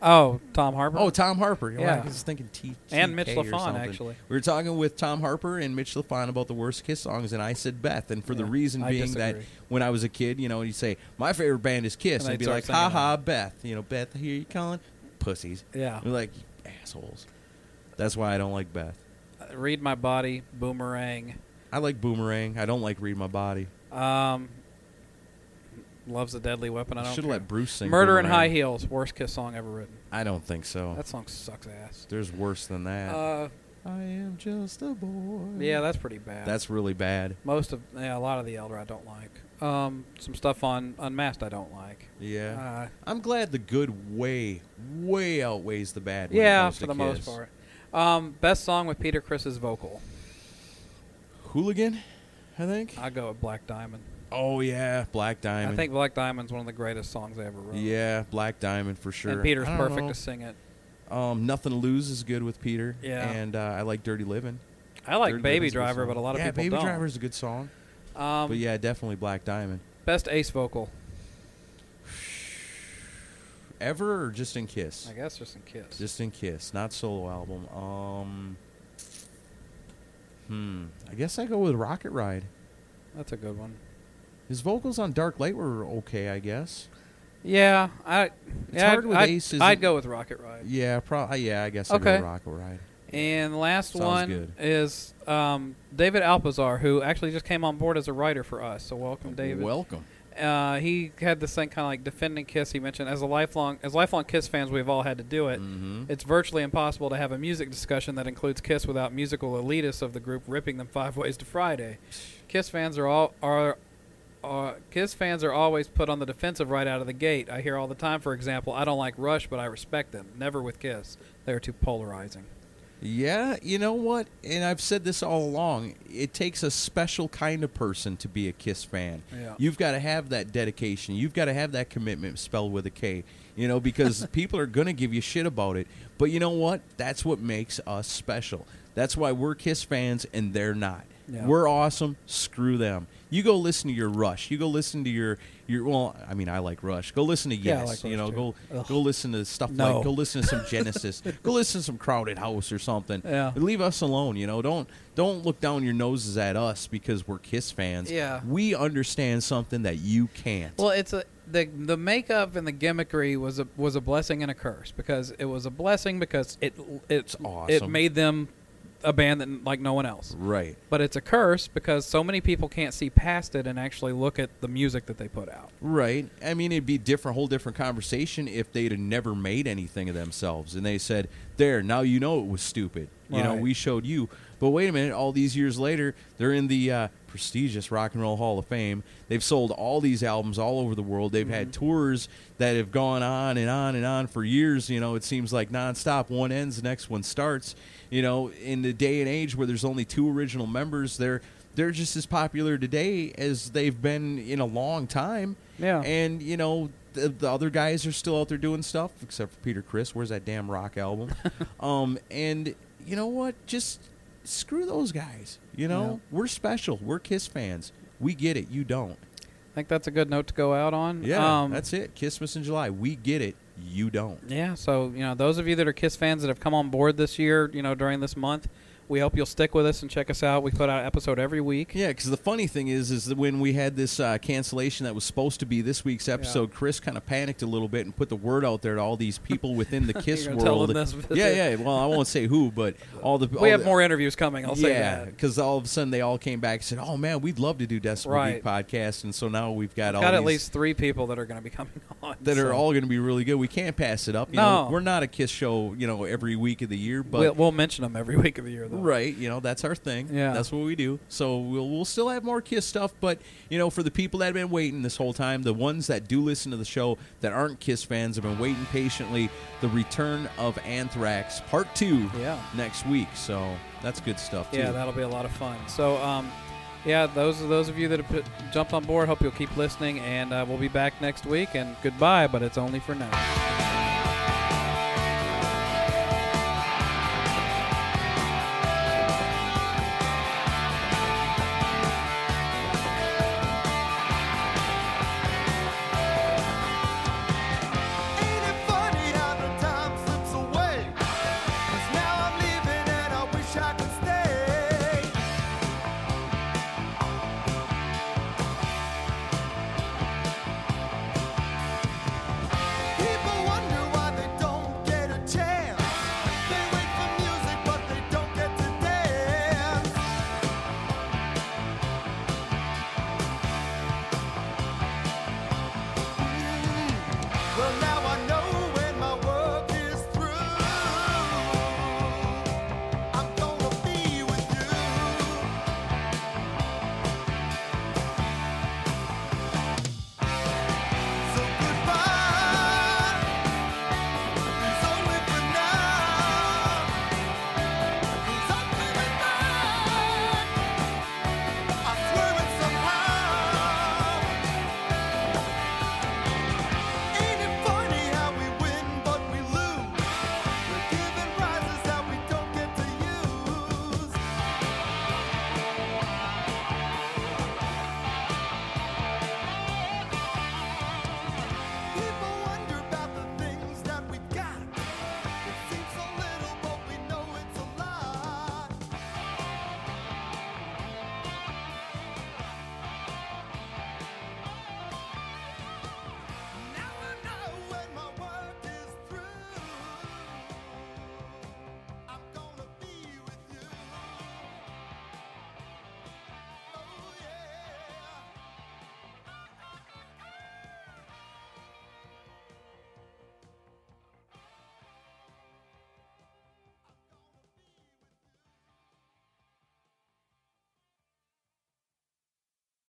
Oh, Tom Harper.
Oh, Tom Harper. Yeah,
Yeah.
I was thinking T.
And Mitch
TK or
LaFon,
something.
actually.
we were talking with Tom Harper and Mitch LaFon about the worst Kiss songs, and I said Beth, and for the
Yeah,
reason
I
being that
disagree.
when I was a kid, you know, you'd say my favorite band is Kiss,
And
and,
they'd
be
start
like,
singing
"Ha ha,
along.
Beth," you know, Beth, I hear you calling pussies.
Yeah.
we're like "You assholes. That's why I don't like Beth.
Uh, Read My Body, Boomerang.
I like Boomerang. I don't like Read My Body.
Um, Love's a Deadly Weapon. I
I
don't
should
care.
have let Bruce sing.
Murder in
Boomerang.
High Heels, worst Kiss song ever written.
I don't think so.
That song sucks ass.
There's worse than that.
Uh,
I am just a boy.
yeah, that's pretty bad.
that's really bad.
most of yeah, a lot of the Elder I don't like. Um, some stuff on Unmasked I don't like.
Yeah.
Uh,
I'm glad the good way way outweighs the bad. when it
yeah,
comes to
for the
Kiss.
most part. Um, best song with Peter Chris's vocal.
Hooligan, I think.
I go with Black Diamond.
Oh yeah, Black Diamond.
I think Black Diamond's one of the greatest songs they ever wrote.
Yeah, Black Diamond for sure.
And Peter's
I don't
perfect
know.
to sing it.
Um, Nothing to Lose is good with Peter.
Yeah.
And uh, I like Dirty Living.
I like
Dirty
Baby
Livin's good
Driver,
song.
but a lot of
yeah,
people
Baby
don't.
Driver's a good song.
um,
but yeah, definitely Black Diamond.
Best Ace vocal,
Ever or just in Kiss?
I guess, just in Kiss.
Just in Kiss, not solo album. Um. Hmm. I guess I go with Rocket Ride.
That's a good one.
His vocals on Dark Light were okay, I guess.
Yeah, I. yeah,
hard
I'd,
with
I'd-
Ace, isn't
I'd
it?
go with Rocket Ride.
Yeah, pro- yeah, I guess I
Okay.
go with Rocket Ride.
And the last
Sounds
one
good.
is um, David Alpazar, who actually just came on board as a writer for us. So welcome, David.
Welcome.
uh, he had this thing kind of like defending Kiss. He mentioned as a lifelong as lifelong Kiss fans, we've all had to do it.
Mm-hmm.
It's virtually impossible to have a music discussion that includes Kiss without musical elitists of the group ripping them five ways to Friday. Kiss fans are all are. are Kiss fans are always put on the defensive right out of the gate. I hear all the time, for example, I don't like Rush, but I respect them. Never with Kiss. They are too polarizing.
Yeah, you know what? And I've said this all along. It takes a special kind of person to be a Kiss fan.
Yeah.
You've got to have that dedication. You've got to have that commitment spelled with a K, you know, because people are going to give you shit about it. But you know what? That's what makes us special. That's why we're Kiss fans and they're not.
Yeah.
We're awesome. Screw them. You go listen to your Rush. You go listen to your your. Well, I mean, I like Rush. Go listen to
Yeah, I
Yes.
like
you
Rush
know,
too.
go
Ugh.
go listen to stuff
No.
like go listen to some Genesis. go listen to some Crowded House or something.
Yeah.
Leave us alone, you know. Don't don't look down your noses at us because we're Kiss fans.
Yeah.
We understand something that you can't.
Well, it's a the the makeup and the gimmickry was a was a blessing and a curse because it was a blessing because it it's
awesome.
It made them a band that like no one else.
right.
But it's a curse because so many people can't see past it and actually look at the music that they put out.
Right. I mean, it'd be different, whole different conversation if they'd have never made anything of themselves and they said, "There, now you know it was stupid." You know,
Right.
we showed you. But wait a minute, all these years later, they're in the uh, prestigious Rock and Roll Hall of Fame. They've sold all these albums all over the world. They've had tours that have gone on and on and on for years. You know, it seems like nonstop. One ends, the next one starts. You know, in the day and age where there's only two original members, they're they're just as popular today as they've been in a long time.
Yeah.
And, you know, the, the other guys are still out there doing stuff, except for Peter Chris. Where's that damn rock album? um, and, you know what? Just screw those guys. You know, we're special. We're Kiss fans. We get it. You don't.
I think that's a good note to go out on.
Yeah.
um,
that's it. Christmas in July. We get it. You don't.
Yeah, so you know, those of you that are Kiss fans that have come on board this year, you know, during this month, we hope you'll stick with us and check us out. We put out an episode every week.
Yeah, because the funny thing is, is that when we had this uh, cancellation that was supposed to be this week's episode, Chris kind of panicked a little bit and put the word out there to all these people within the Kiss
gonna
world.
tell them this, but-
yeah, yeah. Well, I won't say who, but all the all
We have
Oh, the-
more interviews coming. I'll say
yeah,
that.
because all of a sudden they all came back and said, "Oh man, we'd love to do Decibel Geek
Right.
podcast," and so now we've got all
got at
these
least three people that are going to be coming on
that are
so.
all going to be really good. We can't pass it up. You know,
No.
we're not a Kiss show, you know, every week of the year, but
we'll, we'll mention them every week of the year, though.
Right, you know that's our thing.
Yeah.
that's what we do. So we'll we'll still have more Kiss stuff, but you know for the people that have been waiting this whole time, the ones that do listen to the show that aren't Kiss fans have been waiting patiently. The return of Anthrax Part Two,
Yeah.
next week. So that's good stuff too.
Yeah, that'll be a lot of fun. So, um, yeah, those those of you that have put, jumped on board, hope you'll keep listening, and uh, we'll be back next week. And goodbye, but it's only for now.